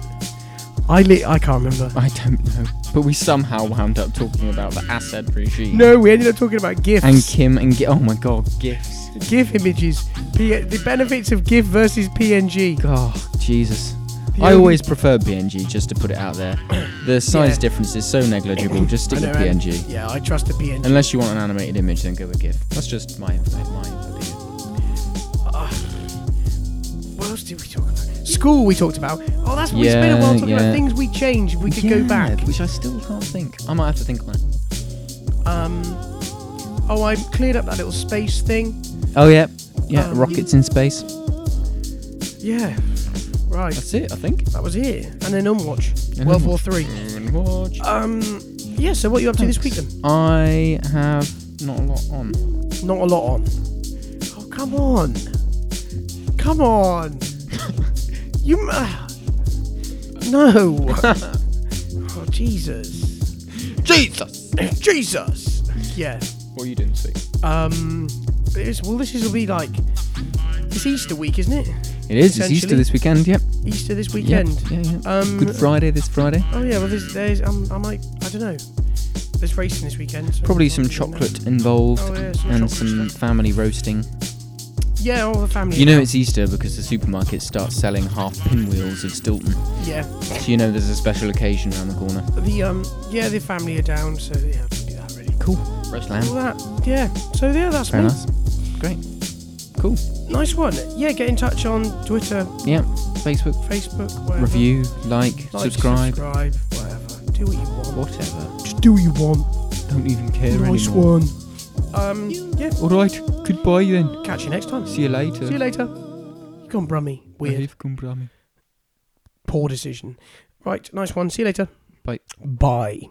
Speaker 1: I li- I can't remember.
Speaker 2: I don't know. But we somehow wound up talking about the Assad regime.
Speaker 1: No, we ended up talking about gifts.
Speaker 2: And Kim and Gi- oh my god, gifts.
Speaker 1: GIF images. P- the benefits of GIF versus PNG.
Speaker 2: Oh, Jesus.
Speaker 1: The
Speaker 2: I
Speaker 1: only-
Speaker 2: always prefer PNG, just to put it out there. The size
Speaker 1: Yeah.
Speaker 2: difference is so negligible, just stick
Speaker 1: I
Speaker 2: with
Speaker 1: know, and-
Speaker 2: PNG.
Speaker 1: Yeah, I trust the PNG.
Speaker 2: Unless you want an animated image, then go with GIF. That's just my, my opinion.
Speaker 1: what else did we talk about? School we talked about. Oh, that's we spent a
Speaker 2: Yeah,
Speaker 1: while talking
Speaker 2: yeah.
Speaker 1: about things we changed. We could go
Speaker 2: Yeah,
Speaker 1: back.
Speaker 2: Which I still can't think. I might have to think on it.
Speaker 1: Um. Oh, I cleared up that little space thing.
Speaker 2: Oh, yeah. Yeah,
Speaker 1: Um,
Speaker 2: rockets in space.
Speaker 1: Yeah. Right.
Speaker 2: That's it, I think.
Speaker 1: That was it. And then Unwatch.
Speaker 2: Mm-hmm. And
Speaker 1: World
Speaker 2: Unwatch.
Speaker 1: War Three.
Speaker 2: Watch.
Speaker 1: Um. Yeah. So what are you up to this week
Speaker 2: Thanks.
Speaker 1: then?
Speaker 2: I have not a lot on.
Speaker 1: Not a lot on. Oh, come on. Come
Speaker 2: <laughs>
Speaker 1: on. you. m- uh,
Speaker 2: <laughs>
Speaker 1: no. oh, Jesus.
Speaker 2: Jesus!
Speaker 1: Jesus. Yeah.
Speaker 2: What are you doing this week?
Speaker 1: Um. but it's- well, this is will be like. It's Easter week, isn't it?
Speaker 2: It is. It's Easter
Speaker 1: Essentially.
Speaker 2: this weekend, yep.
Speaker 1: Easter this
Speaker 2: Yep,
Speaker 1: weekend.
Speaker 2: Yeah, yeah.
Speaker 1: Um,
Speaker 2: Good Friday this Friday.
Speaker 1: Oh yeah. Well, there's. there's um, I might. I don't know. There's racing this weekend. so
Speaker 2: Probably
Speaker 1: I'll
Speaker 2: some
Speaker 1: be doing that.
Speaker 2: chocolate involved
Speaker 1: Oh, yeah, some
Speaker 2: and
Speaker 1: chocolate
Speaker 2: some
Speaker 1: stuff.
Speaker 2: family roasting.
Speaker 1: Yeah, all the family.
Speaker 2: You know it's Easter because the supermarket starts selling half pinwheels of Stilton.
Speaker 1: Yeah.
Speaker 2: So you know there's a special occasion around the corner.
Speaker 1: The um. Yeah, the family are down, so yeah, I'll do that really.
Speaker 2: Cool. Roast
Speaker 1: All
Speaker 2: lamb.
Speaker 1: that. Yeah. So yeah, that's
Speaker 2: Very
Speaker 1: me.
Speaker 2: nice. Great. Cool.
Speaker 1: Nice one. Yeah, get in touch on Twitter,
Speaker 2: Yeah. Facebook.
Speaker 1: Facebook, whatever.
Speaker 2: Review, like,
Speaker 1: Like,
Speaker 2: subscribe,
Speaker 1: subscribe, whatever. Do what you want.
Speaker 2: whatever.
Speaker 1: Just do what you want.
Speaker 2: Don't even care
Speaker 1: nice
Speaker 2: anymore.
Speaker 1: one. Um, yeah.
Speaker 2: Alright, goodbye then.
Speaker 1: Catch you next time. See
Speaker 2: See you later.
Speaker 1: you later. You gone brummy. Weird.
Speaker 2: Leave Cumbrami.
Speaker 1: Poor decision. Right. Nice one. See you later.
Speaker 2: Bye.
Speaker 1: Bye.